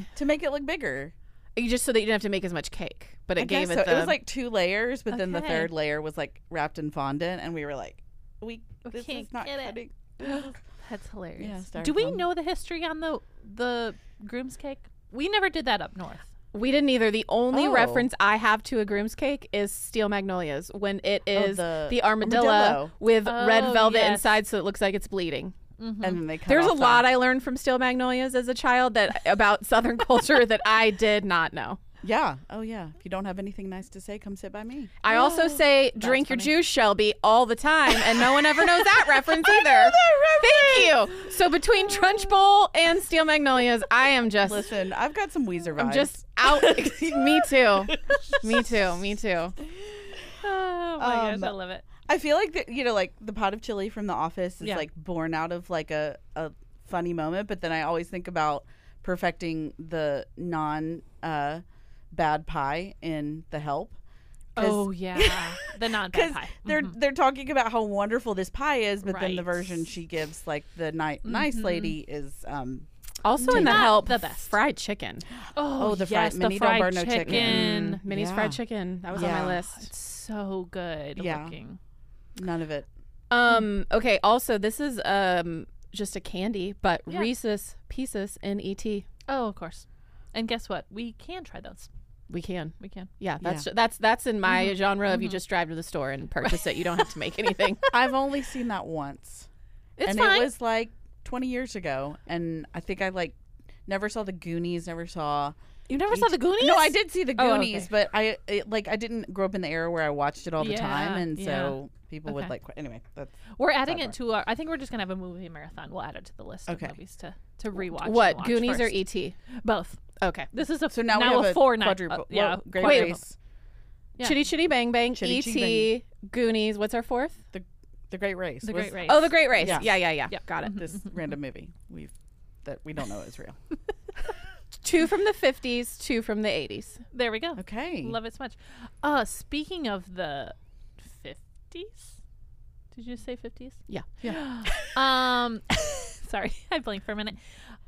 S2: why?
S1: up to make it look bigger?
S2: You just so that you didn't have to make as much cake, but it
S1: I
S2: gave
S1: guess
S2: it
S1: so.
S2: the.
S1: It was like two layers, but then the
S3: Okay.
S1: third layer was like wrapped in fondant, and we were like, we,
S3: We
S1: this
S3: can't
S1: is not
S3: get it.
S1: cutting.
S3: That's hilarious.
S1: Yeah,
S3: Do we
S1: styrofoam.
S3: know the history on the the groom's cake? We never did that up north.
S2: we didn't either. The only
S1: Oh.
S2: reference I have to a groom's cake is Steel Magnolias when it is
S1: Oh, the
S2: the armadillo,
S1: armadillo.
S2: with red
S3: Oh,
S2: velvet
S3: yes.
S2: inside, so it looks like it's bleeding.
S3: Mm-hmm. Uh,
S1: And then they cut
S2: There's a
S1: off the-
S2: lot I learned from Steel Magnolias as a child that about Southern culture that I did not know.
S1: Yeah. Oh, yeah. If you don't have anything nice to say, come sit by me.
S2: I also
S1: Oh,
S2: say drink your juice, Shelby, all the time, and no one ever knows that reference either. Thank you. So between Trunch Bowl and Steel Magnolias, I am just
S1: Listen, I've got some Weezer vibes.
S2: I'm just out. me too. Me too. Me too.
S3: Oh my
S1: Um,
S3: gosh, I love it.
S1: I feel like that you know, like the pot of chili from The Office is
S3: Yeah.
S1: like born out of like a a funny moment, but then I always think about perfecting the non uh, bad pie in The Help. 'Cause-
S3: Oh yeah, Mm-hmm. the non
S1: because
S3: bad pie.
S1: they're they're talking about how wonderful this pie is, but then the
S3: Right. Mm-hmm.
S1: version she gives, like the ni- nice lady, is um
S2: Also in the
S3: Not
S2: help,
S3: the best.
S2: fried chicken, Mm,
S3: Oh,
S1: Oh, the fried-
S3: yes,
S1: mini
S3: the
S1: don't
S3: fried
S1: burn no
S3: chicken.
S1: chicken. Mm.
S2: Minnie's
S1: Yeah.
S2: fried chicken. That was on
S1: Yeah.
S2: my list.
S3: Mm, It's so good
S1: Yeah.
S3: looking.
S1: none of it.
S2: Um. Okay. Also, this is um just a candy, but Reese's Pieces in E ET.
S3: Oh, of course. And guess what? We can try those.
S2: We can.
S3: We can.
S2: Yeah, that's that's that's in my genre of you just drive to the store and purchase it. You don't have to make anything.
S1: I've only seen that once.
S3: It's
S1: and
S3: fine.
S1: it was like 20 years ago and i think i like Never saw the Goonies. Never saw.
S2: You never saw the Goonies?
S1: No, I did see the
S2: Oh,
S1: Goonies,
S2: okay.
S1: but I it, like I didn't grow up in the era where I watched it all the time,
S3: Yeah,
S1: and
S3: yeah.
S1: so people would
S3: Okay.
S1: like. qu- Anyway, that's
S3: We're adding it
S1: Sidebar.
S3: to our. I think we're just gonna have a movie marathon. We'll add it to the list
S1: Okay.
S3: of movies to to rewatch. and
S2: What
S3: watch
S2: Goonies
S3: first.
S1: E
S2: or ET?
S3: both?
S2: Okay.
S3: This is a
S1: so now, we have
S3: a
S1: a
S3: four night-
S1: quadruple.
S3: uh, yeah,
S1: well, Great
S2: Wait.
S1: Race,
S3: Yeah.
S2: Chitty Chitty Bang Bang,
S1: Chitty
S2: ET,
S1: Chitty
S2: Goonies. What's our fourth?
S1: the Great Race,
S3: The
S1: was
S3: Great Race.
S2: Oh, The Great Race.
S1: Yeah. Mm-hmm.
S2: Yeah, yeah, yeah.
S3: Yeah.
S2: Got it.
S1: This random movie we've that we don't know is real.
S2: Two from the 50s, two from the 80s.
S3: There we go.
S1: Okay,
S3: Love it so much. Uh, speaking of the fifties, did you say fifties?
S2: Yeah.
S3: Yeah. um, sorry, I blinked for a minute.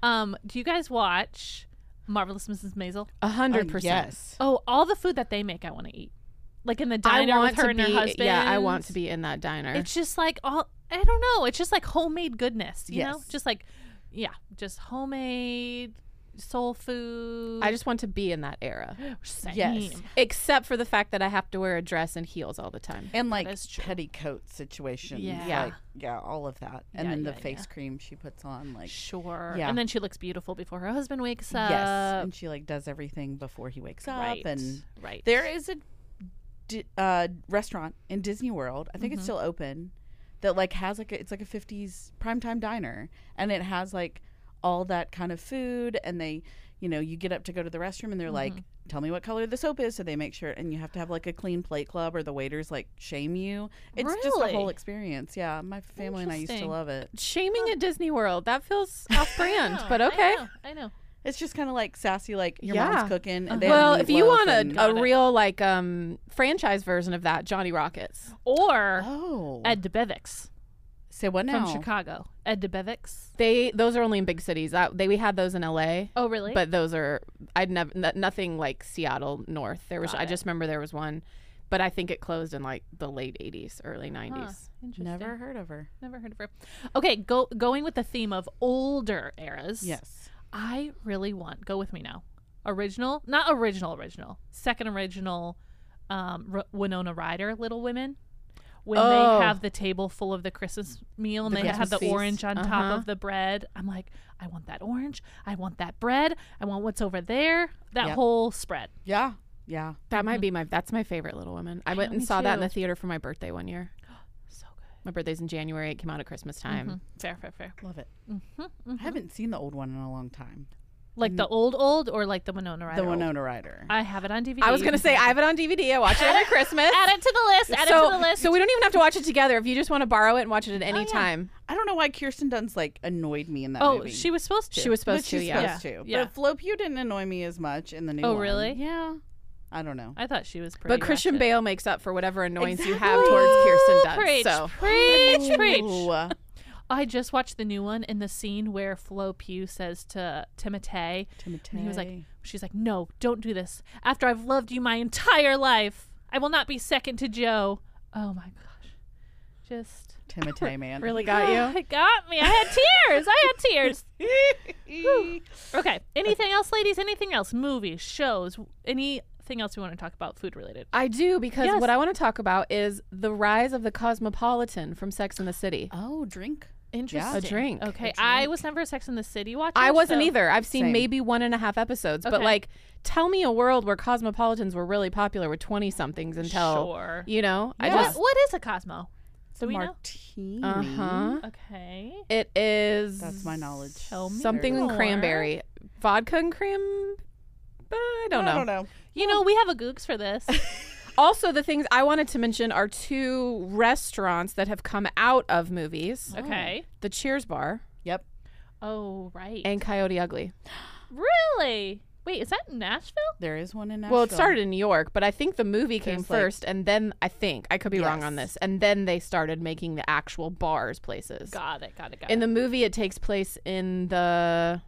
S3: Um, do you guys watch Marvelous Mrs. Maisel?
S2: A
S1: Oh,
S2: hundred percent.
S1: Yes.
S3: Oh, all the food that they make, I want to eat. Like in the
S2: I
S3: diner
S2: want
S3: with her
S2: to
S3: and her
S2: be.
S3: husband.
S2: Yeah, I want to be in that diner.
S3: It's just like all I don't know. It's just like homemade goodness, you know?
S1: Yes.
S3: Just like, yeah, just homemade soul food.
S2: I just want to be in that era,
S3: Same.
S1: Yes.
S2: except for the fact that I have to wear a dress and heels all the time.
S1: and like
S3: is true.
S1: petticoat situations,
S3: Yeah.
S1: like, yeah, all of that, and
S3: Yeah,
S1: then
S3: yeah,
S1: the
S3: yeah.
S1: face cream she puts on, like
S3: Sure.
S1: Yeah.
S3: And then she looks beautiful before her husband wakes up.
S1: yes, and she like does everything before he wakes
S3: Right.
S1: up, and
S3: right.
S1: There is a di- uh, restaurant in Disney World. I
S2: Mm-hmm.
S1: think it's still open. That like has like a, it's like a '50s primetime diner, and it has like all that kind of food. And they, you know, you get up to go to the restroom, and they're like,
S2: Mm-hmm.
S1: "Tell me what color the soap is," so they make sure. And you have to have like a clean plate club, or the waiters like shame you. It's just a whole
S3: Really?
S1: experience. Yeah, my family and I used to
S3: Interesting.
S1: love it.
S2: Shaming at Disney World that feels off-brand,
S3: Oh,
S2: but
S3: I
S2: okay.
S3: know, I know.
S1: It's just kind of like sassy, like your
S2: Yeah.
S1: mom's cooking. And they have
S2: Well, if you
S1: meatloaf
S2: want
S1: and-
S2: a,
S3: Got
S2: a
S3: it.
S2: real like um franchise version of that, Johnny Rockets.
S3: Or
S1: oh,
S3: Ed DeBevics
S1: say what now?
S3: from Chicago. Ed DeBevics.
S2: They those are only in big cities. That they we had those in L.A.
S3: Oh, really?
S2: But those are I'd never n- nothing like Seattle North. There was
S3: Got
S2: I
S3: it.
S2: just remember there was one, but I think it closed in like the late '80s, early '90s.
S3: Interesting.
S1: Never heard of her.
S3: never heard of her. Okay, go going with the theme of older eras.
S1: Yes.
S3: I really want go with me now. Original, not original, original. Second original, um, R- Winona Ryder, Little Women. When
S2: Oh.
S3: they have the table full of the Christmas meal and
S2: The
S3: they have
S2: Christmas
S3: the
S2: feast.
S3: orange on
S2: Uh-huh.
S3: top of the bread, I'm like, I want that orange. I want that bread. I want what's over there. That
S1: Yep.
S3: whole spread.
S1: Yeah. Yeah.
S2: That might be my that's my favorite Little Women. I went
S3: Mm-hmm. know,
S2: and
S3: me
S2: saw that in
S3: too.
S2: the theater for my birthday one year.
S3: So good.
S2: My birthday's in January. It came out at Christmas time.
S3: Mhm. Fair, fair, fair.
S1: Love it.
S3: Mm-hmm.
S1: I haven't seen the old one in a long time.
S3: Like
S2: Mm.
S3: the old, old, or like the Winona Ryder.
S1: the
S3: old?
S1: Winona Rider.
S3: I have it on DVD.
S2: I was gonna say I have it on DVD. I watch it every Christmas.
S3: add it to the list. Add
S2: so,
S3: it to the list. Oh,
S2: so we don't even have to watch it together. If you just want to borrow it and watch it at any
S3: yeah.
S2: time,
S1: I don't know why Kirsten Dunst like annoyed me in that
S3: oh,
S1: movie.
S3: she was supposed to.
S2: she was
S1: But
S2: supposed to.
S1: she's
S2: Yeah.
S1: supposed to.
S3: Yeah.
S1: But Flo Pugh didn't annoy me as much in the new
S3: Oh,
S1: one.
S3: really?
S1: Yeah. I don't know.
S3: I thought she was pretty.
S2: But Christian
S3: ratchet.
S2: Bale makes up for whatever annoyance you have
S1: Exactly.
S2: towards Kirsten Dunst.
S3: Preach,
S2: So
S3: preach, preach.
S1: Ooh.
S3: I just watched the new one in the scene where Flo Pugh says to Timotei,
S1: Timotei.
S3: and he was like, she's like, no, don't do this. After I've loved you my entire life, I will not be second to Joe. Oh my gosh. Just.
S1: Timotei, man.
S2: really got you.
S3: It got me. I had tears. I had tears. Whew. okay. Anything else, ladies? Anything else? Movies, shows, anything else we want to talk about food related?
S2: I do because
S3: Yes.
S2: what I want to talk about is the rise of the cosmopolitan from Sex and the City.
S1: Oh, drink.
S3: Interesting.
S2: drink.
S3: Okay. I was never a Sex in the City watcher.
S2: I wasn't
S3: so-
S2: either. I've seen
S1: Same.
S2: maybe one and a half episodes, but
S3: Okay.
S2: like, tell me a world where cosmopolitans were really popular with twenty somethings until
S3: Sure.
S2: you know. I
S1: Yeah.
S3: What,
S2: just
S3: what is a Cosmo?
S1: The
S3: we know?
S1: martini.
S2: uh huh.
S3: Okay.
S2: It is
S1: That's my knowledge.
S3: Uh-huh. Tell me
S2: something
S3: more.
S2: cranberry, vodka and cram. uh, I don't know.
S1: I don't know.
S3: You know, we have a gooks for this.
S2: Also, the things I wanted to mention are two restaurants that have come out of movies:
S3: okay.
S2: the Cheers Bar
S1: Yep.
S3: Oh, right.
S2: and Coyote Ugly.
S3: really? Wait, is that in Nashville?
S1: There is one in Nashville.
S2: Well, it started in New York, but I think the movie came
S1: There's, like-
S2: first, and then I think I could be wrong on
S1: Yes.
S2: this, and then they started making the actual bars places.
S3: Got it. Got it. Got
S2: In
S3: it.
S2: the movie, it takes place in the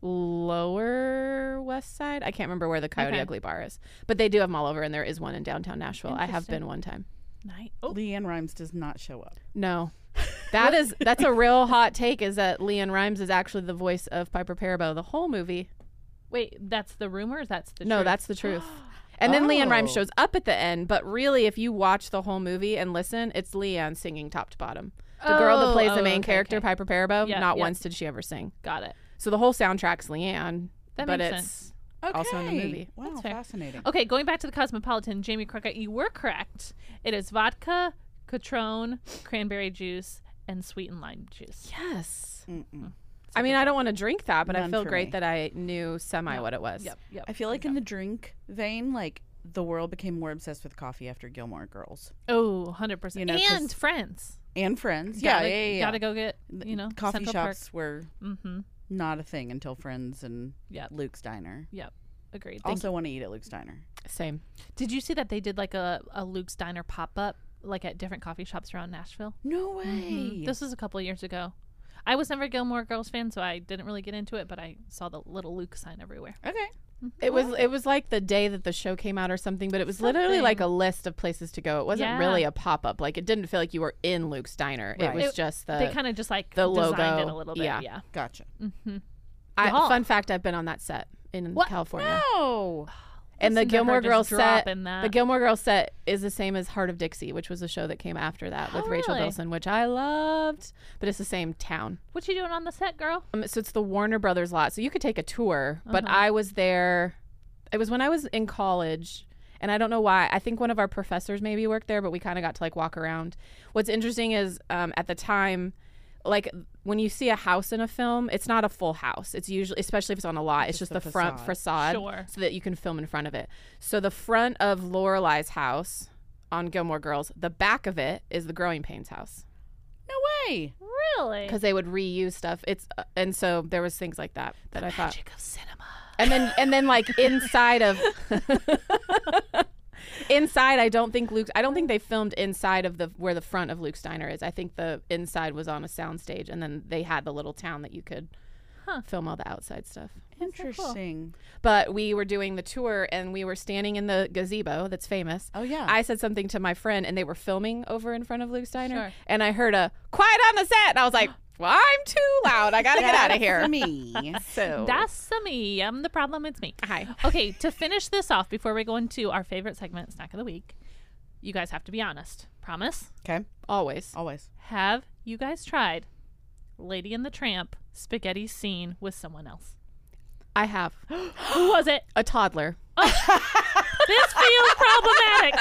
S2: lower west side. I can't remember where the Coyote
S3: Okay.
S2: Ugly bar is, but they do have them all over, and there is one in downtown Nashville. I have
S3: Interesting.
S2: been one time.
S3: Night. Oh,
S1: Leanne Rhymes does not show up.
S2: No. That is that's a real hot take is that Leanne Rhymes is actually the voice of Piper Perabo the whole movie.
S3: wait. That's the rumors. That's the
S2: no,
S3: truth?
S2: that's the truth. And then Leanne Rhymes
S1: Oh.
S2: shows up at the end, but really if you watch the whole movie and listen, it's Leanne singing top to bottom. The girl that
S3: Oh,
S2: plays
S3: oh,
S2: the main
S3: okay,
S2: character,
S3: okay.
S2: Piper Perabo,
S3: Yeah,
S2: not
S3: yeah.
S2: once did she ever sing.
S3: Got it.
S2: So the whole soundtrack's Leanne,
S3: That
S2: but
S3: makes
S2: it's
S3: sense.
S2: also in the
S1: Okay.
S2: movie.
S1: Wow,
S3: That's fair.
S1: fascinating.
S3: Okay, going back to the Cosmopolitan, Jamie Crockett, you were correct. It is vodka, Cotron, cranberry juice, and sweetened lime juice.
S2: yes.
S1: Mm-mm.
S2: I mean, I don't want to drink that, but I
S1: None
S2: feel
S1: for
S2: great
S1: me.
S2: that I knew semi
S3: Yeah.
S2: what it was.
S3: Yep, yep.
S1: I feel like in the drink vein, like the world became more obsessed with coffee after Gilmore Girls
S3: Oh, 100%.
S1: You know, 'cause-
S3: and friends.
S1: and Friends. Yeah,
S3: gotta,
S1: yeah, yeah, yeah.
S3: Gotta go get,
S1: The
S3: you know,
S1: coffee
S3: Central
S1: shops were
S3: Park. Mm-hmm.
S1: not a thing until Friends and
S3: Yep.
S1: Luke's Diner.
S3: Yep. Agreed. Thank
S1: also, want to eat at Luke's Diner.
S2: Same.
S3: you. Did you see that they did like a, a Luke's Diner pop up, like at different coffee shops around Nashville?
S1: No way.
S3: Mhm. This was a couple years ago. I was never a Gilmore Girls fan, so I didn't really get into it, but I saw the little Luke sign everywhere.
S1: okay.
S2: It was it was like the day that the show came out or something, but it was literally like a list of places to go. It wasn't
S3: Yeah.
S2: really a pop up. Like it didn't feel like you were in Luke's diner.
S1: Right.
S2: It was
S3: It-
S2: just
S3: they
S2: the.
S3: kind of just like
S2: Uh, the
S3: designed it
S2: logo.
S3: a little bit. Yeah.
S2: Yeah.
S1: Gotcha.
S3: Mm-hmm.
S2: I,
S3: Y'all.
S2: fun fact: I've been on that set in
S3: What?
S2: California,
S1: No.
S2: and the
S3: Listen to her
S2: Gilmore
S3: just
S2: Girls set.
S3: dropping that.
S2: The Gilmore Girls set is the same as Heart of Dixie, which was a show that came after that with
S3: Oh,
S2: Rachel
S3: really?
S2: Bilson, which I loved. But it's the same town.
S3: what you doing on the set, girl?
S2: Um, so it's the Warner Brothers lot. So you could take a tour, but
S3: Uh-huh.
S2: I was there. It was when I was in college, and I don't know why. I think one of our professors maybe worked there, but we kind of got to like walk around. What's interesting is um, at the time, like when you see a house in a film, it's not a full house. It's usually, especially if it's on a lot, it's
S1: Just
S2: just,
S1: the
S2: the, front facade,
S3: Sure.
S2: so that you can film in front of it. So the front of Lorelei's house on Gilmore Girls, the back of it is the Growing Pains house
S1: No way.
S3: Really?
S2: because they would reuse stuff. It's uh, and so there was things like that that I thought
S3: Magic of cinema.
S2: and then and then like inside of inside i don't think luke's i don't think they filmed inside of the where the front of luke's diner is i think the inside was on a soundstage and then they had the little town that you could
S3: Huh.
S2: film all the outside stuff
S1: Interesting.
S2: but we were doing the tour and we were standing in the gazebo that's famous
S1: Oh yeah.
S2: I said something to my friend, and they were filming over in front of Luke's Diner,
S3: Sure.
S2: and I heard a "quiet on the set," and I was like, "Well, I'm too loud. I gotta get out of here."
S1: Me.
S2: So
S3: That's me. I'm the problem. It's me.
S2: Oh. hi.
S3: Okay, to finish this off before we go into our favorite segment, snack of the week, you guys have to be honest. Promise?
S1: Okay.
S2: Always.
S1: Always.
S3: Have you guys tried Lady and the Tramp spaghetti scene with someone else?
S2: I have
S3: Who was it?
S2: a toddler.
S3: This feels problematic.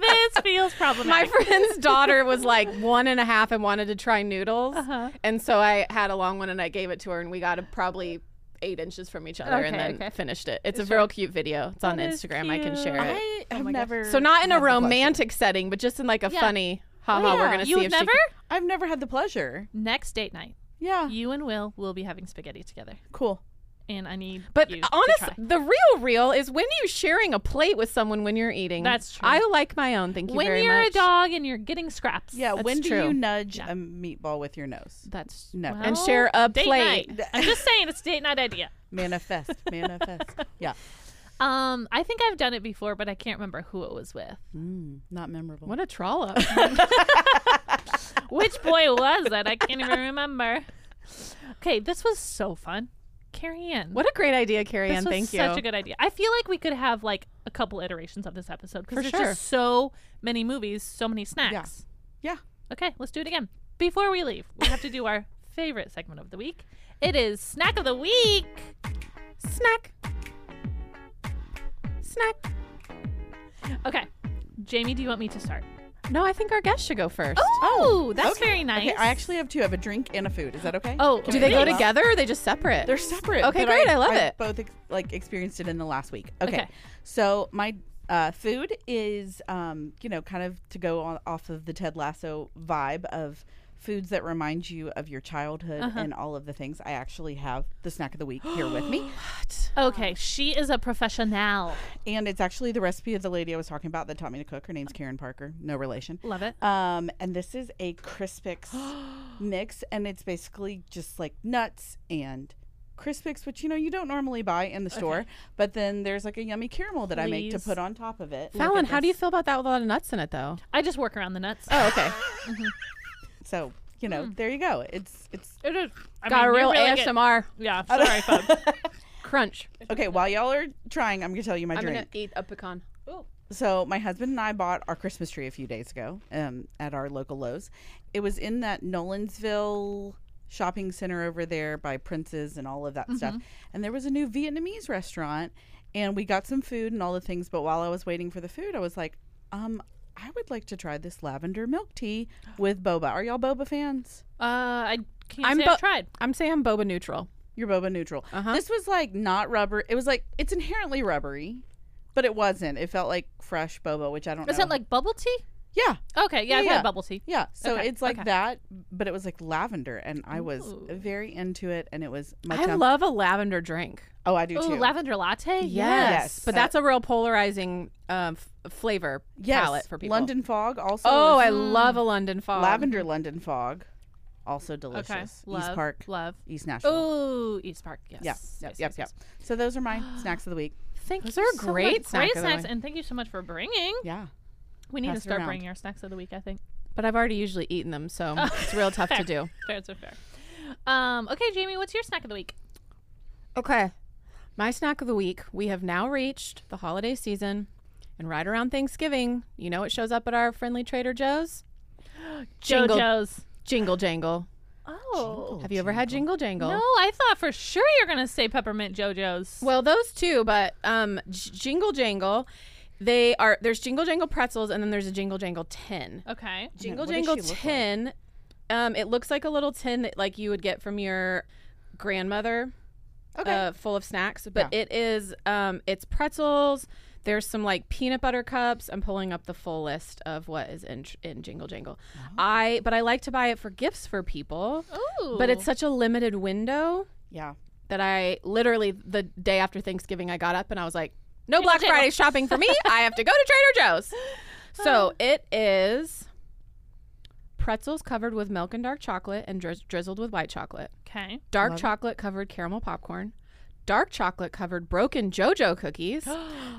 S3: this feels
S2: my
S3: problematic.
S2: friend's daughter was like one and a half and wanted to try noodles.
S3: Uh-huh.
S2: And so I had a long one and I gave it to her, and we got a, probably eight inches from each other and
S3: Okay,
S2: then
S3: okay.
S2: finished it. It's a real cute video. It's on
S3: That is
S2: Instagram. I can
S3: cute.
S2: share it.
S1: I have
S3: my gosh.
S1: never.
S2: So, not in a
S1: had the pleasure.
S2: romantic setting, but just in like a
S3: Yeah.
S2: funny, haha, we're going to see
S3: You've
S2: if
S3: never?
S2: she.
S1: I've never had the pleasure.
S3: Next date night,
S1: Yeah.
S3: you and Will will be having spaghetti together.
S1: Cool.
S3: And I need
S2: But
S3: you to
S2: honest,
S3: try.
S2: the real real is when you sharing a plate with someone when you're eating.
S3: That's true.
S2: I like my own. Thank you
S3: when
S2: very
S3: you're
S2: much.
S3: a dog and you're getting scraps.
S1: Yeah.
S2: That's
S1: when do
S2: true.
S1: you nudge
S3: Yeah.
S1: a meatball with your nose?
S2: That's
S1: Never.
S2: and share a
S3: date
S2: plate.
S3: night. I'm just saying it's a date night idea.
S1: Manifest. manifest. Yeah.
S3: Um, I think I've done it before, but I can't remember who it was with.
S1: Mm, not memorable.
S2: What a troll up.
S3: Which boy was it? I can't even remember. Okay, this was so fun. Carrie Ann.
S2: what a great idea, Carrie
S3: This
S2: Ann.
S3: was
S2: Thank you.
S3: such a good idea. I feel like we could have like a couple iterations of this episode because
S2: For
S3: there's
S2: sure.
S3: just so many movies, so many snacks.
S1: Yeah.
S3: Okay, let's do it again. Before we leave, we have to do our favorite segment of the week. It is snack of the week.
S2: Snack. Snack.
S3: Okay, Jamie, do you want me to start?
S2: No, I think our guests should go first.
S3: Oh, that's
S1: Okay.
S3: very nice.
S1: Okay, I actually have two. I have a drink and a food. Is that okay?
S3: Oh,
S2: Do they go
S3: great.
S2: together or are they just separate?
S1: They're separate.
S2: Okay,
S1: but
S2: great. I love it.
S1: Both ex- like experienced it in the last week. Okay,
S3: Okay.
S1: so my uh, food is, um, you know, kind of to go on, off of the Ted Lasso vibe of foods that remind you of your childhood and all of the things. I actually have the snack of the week here with me,
S3: Okay, she is a professional.
S1: and it's actually the recipe of the lady I was talking about that taught me to cook. Her name's Karen Parker. No relation.
S3: Love it.
S1: Um, and this is a Crispix mix, and it's basically just like nuts and Crispix, which you know you don't normally buy in the store. But then there's like a yummy caramel that I make to
S3: Please.
S1: put on top of it.
S2: Fallon, how do you feel about that with a lot of nuts in it, though?
S3: I just work around the nuts.
S2: Oh, okay.
S1: So you know, there you go. It's it's
S3: It is. I
S2: Got a
S3: mean, you
S2: real
S3: really get-
S2: ASMR
S3: yeah. Sorry, Fub.
S2: crunch.
S1: okay. While y'all are trying, I'm gonna tell you my
S2: I'm
S1: drink.
S2: going to eat a pecan.
S1: so my husband and I bought our Christmas tree a few days ago um, at our local Lowe's. It was in that Nolansville shopping center over there by Prince's and all of that stuff.
S3: Mm-hmm.
S1: And there was a new Vietnamese restaurant, and we got some food and all the things. But while I was waiting for the food, I was like, um, I would like to try this lavender milk tea with boba. Are y'all boba fans?
S3: Uh, I can't
S2: I'm
S3: say
S2: bo-
S3: I've tried.
S2: I'm saying I'm boba neutral.
S1: You're boba neutral.
S2: Uh-huh.
S1: This was like not rubber. It was like it's inherently rubbery, but it wasn't. It felt like fresh boba, which I don't.
S3: Is
S1: know.
S3: it like bubble tea?
S1: yeah,
S3: Okay, yeah, I've
S1: Yeah.
S3: had bubble tea.
S1: yeah? So
S3: Okay,
S1: it's like
S3: okay.
S1: that, but it was like lavender, and I was
S3: Ooh.
S1: very into it, and it was my
S2: I
S1: temp-
S2: love a lavender drink.
S1: Oh, I do
S3: Ooh,
S1: too.
S3: lavender latte.
S1: Yes.
S2: But that's a real polarizing um, f- flavor
S1: yes,
S2: palette for people.
S1: London fog also.
S2: Oh,
S1: is-
S2: I love a London fog.
S1: lavender London fog, also delicious.
S3: Okay. Love,
S1: East Park,
S3: Love.
S1: East Nashville.
S3: Ooh, East Park. Yes.
S1: Yeah,
S3: Yes,
S1: yep,
S3: yes,
S1: yep, yep.
S3: yes.
S1: So those are my snacks of the week.
S3: Thank
S2: Those
S3: you
S2: are
S3: so
S2: great
S3: much.
S2: snack
S3: great
S2: of the
S3: snacks,
S2: week.
S3: and thank you so much for bringing.
S1: Yeah,
S3: We need
S1: Pass
S3: to
S1: it
S3: start
S1: around.
S3: bringing our snacks of the week. I think.
S2: But I've already usually eaten them, so it's real tough to do.
S3: Fair, so fair. Um, okay, Jamie, what's your snack of the week?
S2: Okay. My snack of the week. We have now reached the holiday season, and right around Thanksgiving, you know it shows up at our friendly Trader Joe's? Jingle.
S3: JoJo's.
S2: Jingle jangle.
S3: Oh.
S2: Have you ever had jingle jangle?
S3: No, I thought for sure you're gonna say peppermint JoJo's.
S2: Well, those two, but um, J- jingle jangle. They are there's jingle jangle pretzels, and then there's a jingle jangle tin.
S3: okay.
S2: Jingle
S1: what does
S2: Jangle
S1: she look like?
S2: tin. Um, it looks like a little tin that like you would get from your grandmother.
S1: Okay.
S2: Uh, full of snacks, but it is um, it's pretzels. There's some like peanut butter cups. I'm pulling up the full list of what is in in Jingle Jangle. I but I like to buy it for gifts for people.
S3: Ooh.
S2: But it's such a limited window
S1: yeah.
S2: that I literally the day after Thanksgiving I got up and I was like, no Black
S3: Jangle.
S2: Friday shopping for me. I have to go to Trader Joe's. So it is pretzels covered with milk and dark chocolate and drizz- drizzled with white chocolate.
S3: okay.
S2: Dark chocolate covered caramel popcorn. Dark chocolate covered broken JoJo cookies,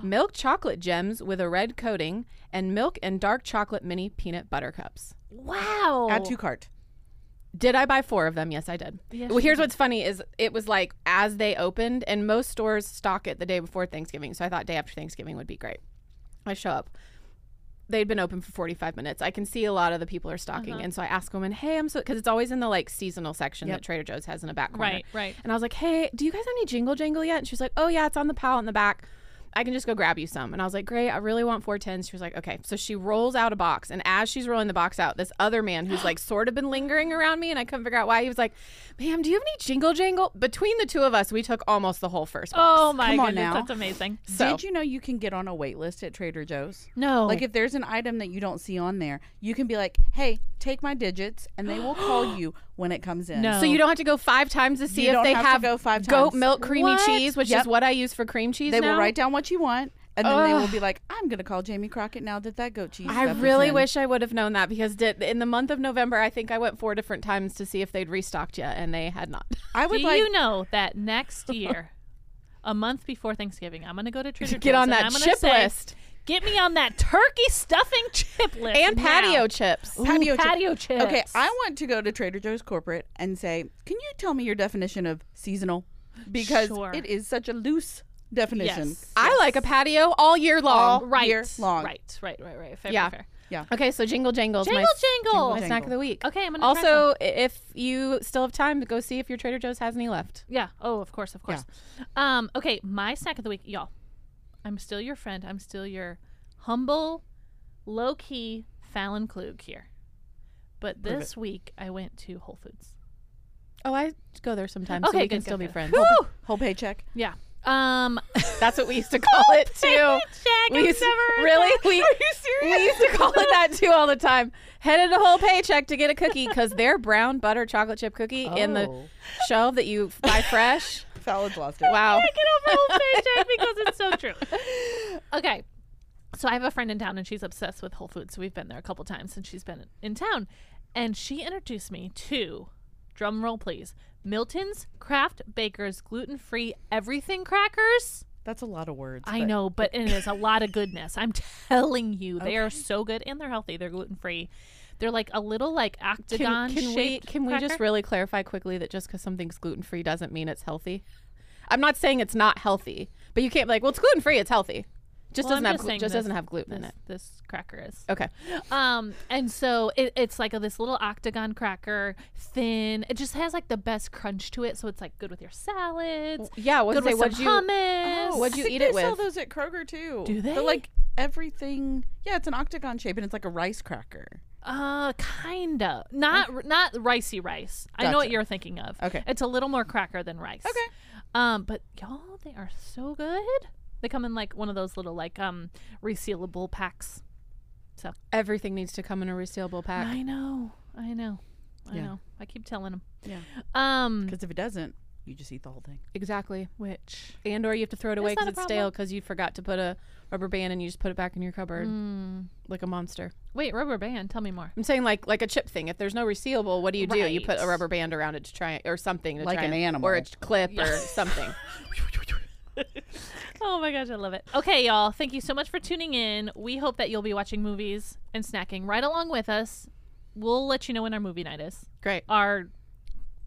S2: milk chocolate gems with a red coating, and milk and dark chocolate mini peanut butter cups.
S3: Wow.
S1: Add to cart.
S2: Did I buy four of them? Yes, I did.
S3: Yes,
S2: well,
S3: you
S2: here's what's funny is it was like as they opened, and most stores stock it the day before Thanksgiving. So I thought day after Thanksgiving would be great. I show up. They'd been open for 45 minutes. I can see a lot of the people are stocking. And so I ask them, and hey, I'm so, because it's always in the like seasonal section that Trader Joe's has in the back corner.
S3: Right, right.
S2: And I was like, hey, do you guys have any jingle jangle yet? And she was like, oh, yeah, it's on the pallet in the back. I can just go grab you some. And I was like, great, I really want 410. She was like, okay. So she rolls out a box. And as she's rolling the box out, this other man who's like sort of been lingering around me and I couldn't figure out why, he was like, ma'am, do you have any jingle jangle? Between the two of us, we took almost the whole first box.
S3: Oh my
S1: Come on
S3: goodness,
S1: now.
S3: that's amazing.
S2: So-
S1: Did you know you can get on a wait list at Trader Joe's?
S3: No.
S1: Like if there's an item that you don't see on there, you can be like, "Hey, take my digits," and they will call you when it comes in.
S3: No.
S2: So you don't have to go five times to see
S1: You
S2: if
S1: don't
S2: they
S1: have to
S2: have,
S1: go five
S2: goat
S1: times.
S2: milk creamy
S3: What?
S2: cheese, which
S1: Yep.
S2: is what I use for cream cheese
S1: they
S2: now.
S1: will write down what you want, and then they will
S2: Ugh.
S1: be like, "I'm gonna call Jamie Crockett now that that goat cheese."
S2: I
S1: stuff is
S2: really
S1: in."
S2: wish I would have known that because did, in the month of November, I think I went four different times to see if they'd restocked yet, and they had not.
S1: I
S3: Do
S1: would like.
S3: you know that next year, a month before Thanksgiving, I'm gonna go to Trader
S2: Get
S3: Joe's
S2: on
S3: and
S2: that
S3: I'm gonna
S2: chip
S3: say,
S2: list
S3: Get me on that turkey stuffing chip list
S2: and
S3: now."
S2: patio chips.
S3: Ooh,
S1: Patio
S3: patio,
S1: chip.
S3: chips.
S1: Okay, I want to go to Trader Joe's corporate and say, "Can you tell me your definition of seasonal?" Because
S3: Sure.
S1: it is such a loose definition.
S3: Yes.
S2: I like a patio all year long.
S1: All-
S3: right,
S1: year long.
S3: Right, right, right, right. Fair,
S2: Yeah.
S3: fair, fair.
S2: Okay, so jingle jangles. my,
S3: Jingle jangle.
S2: my snack of the week.
S3: Okay, I'm gonna try some.
S2: Also, i- if you still have time, go see if your Trader Joe's has any left.
S3: Yeah. Oh, of course, of course. Um, okay, my snack of the week, y'all. I'm still your friend. I'm still your humble, low key Fallon Klug here. But
S1: Prove
S3: this week I went to Whole Foods.
S2: Oh, I go there sometimes. so
S3: Okay,
S2: we can
S3: good,
S2: still
S3: good,
S2: be
S3: good.
S2: friends.
S3: Woo!
S1: Whole paycheck.
S3: Yeah. Um
S2: That's what we used to call it too.
S3: Jack,
S2: We
S3: I've
S2: used,
S3: never
S2: really? We, we used to call it that too all the time. Headed a whole paycheck to get a cookie because their brown butter chocolate chip cookie in the
S1: Oh.
S2: shelf that you buy fresh.
S1: Fallon's lost it.
S2: Wow.
S3: get over Whole Paycheck because it's so true. Okay. So I have a friend in town and she's obsessed with Whole Foods. So we've been there a couple times since she's been in town. And she introduced me to, drum roll please, Milton's Craft Baker's gluten free everything crackers.
S1: That's a lot of words.
S3: I know, but it is a lot of goodness. I'm telling you, they are so good and they're healthy. They're gluten free. They're like a little like octagon
S2: Can, can we
S3: shaped
S2: can we just
S3: cracker.
S2: really clarify quickly that just because something's gluten free doesn't mean it's healthy? I'm not saying it's not healthy, but you can't be like, well, it's gluten free, it's healthy. Just
S3: Well, I'm
S2: doesn't have
S3: just
S2: glu-
S3: saying
S2: just
S3: this-
S2: doesn't have gluten in
S3: this,
S2: it.
S3: this cracker is.
S2: Okay.
S3: Um, and so it, it's like a, this little octagon cracker, thin. It just has like the best crunch to it, so it's like good with your salads.
S2: Yeah. I was
S3: Good
S2: gonna
S3: with
S2: say,
S3: some
S2: what'd you?
S3: hummus.
S2: Oh, what'd
S1: I
S2: you
S1: think
S2: eat
S1: they
S2: it
S1: sell
S2: with?
S1: those at Kroger too.
S3: Do they?
S1: They're like everything. Yeah, it's an octagon shape and it's like a rice cracker.
S3: Uh, kinda. Not r not ricey rice. I know what
S1: Gotcha.
S3: you're thinking of.
S1: Okay.
S3: It's a little more cracker than rice.
S1: Okay.
S3: Um, but y'all, they are so good. They come in like one of those little like um resealable packs.
S2: Everything needs to come in a resealable pack.
S3: I know. I know. I
S1: Yeah.
S3: know. I keep telling them.
S1: Yeah.
S3: Um,
S1: Because if it doesn't, you just eat the whole thing.
S2: Exactly.
S3: which
S2: And or you have to throw it away
S3: That's
S2: because
S3: not a
S2: it's stale because you forgot to put a rubber band and you just put it back in your cupboard
S3: mm,
S2: like a monster.
S3: wait, rubber band. Tell me more.
S2: I'm saying like like a chip thing. If there's no resealable, what do you do? You put a
S3: Right.
S2: rubber band around it to try or something to
S1: Like
S2: try
S1: an
S2: and-
S1: animal.
S2: or a ch- clip or something.
S3: Oh my gosh, I love it. Okay, y'all. Thank you so much for tuning in. We hope that you'll be watching movies and snacking right along with us. We'll let you know when our movie night is.
S2: Great.
S3: our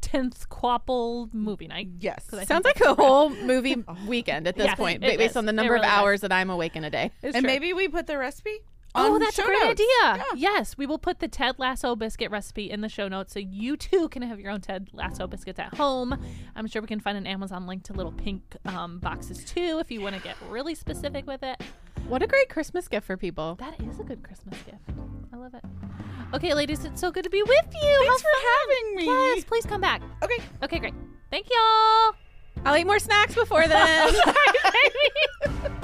S3: tenth quapple movie night.
S1: Yes.
S3: I
S2: Sounds
S3: think
S2: like a whole movie weekend at this
S3: Yes,
S2: point,
S3: it
S2: ba- based
S3: is.
S2: on
S3: It
S2: the number
S3: really
S2: of
S3: was.
S2: hours that I'm awake in a day.
S3: It's
S1: and
S3: true.
S1: maybe we put the recipe.
S3: oh,
S1: on
S3: that's a
S1: show
S3: great
S1: notes.
S3: idea.
S1: Yeah.
S3: Yes, we will put the Ted Lasso biscuit recipe in the show notes, so you too can have your own Ted Lasso biscuits at home. I'm sure we can find an Amazon link to little pink um, boxes too, if you want to get really specific with it.
S2: What a great Christmas gift for people.
S3: That is a good Christmas gift. I love it. Okay, ladies, it's so good to be with you. How
S1: Thanks for having me.
S3: Yes, please come back.
S1: Okay.
S3: Okay, great. Thank y'all.
S2: I'll eat more snacks before then.
S3: Bye, baby.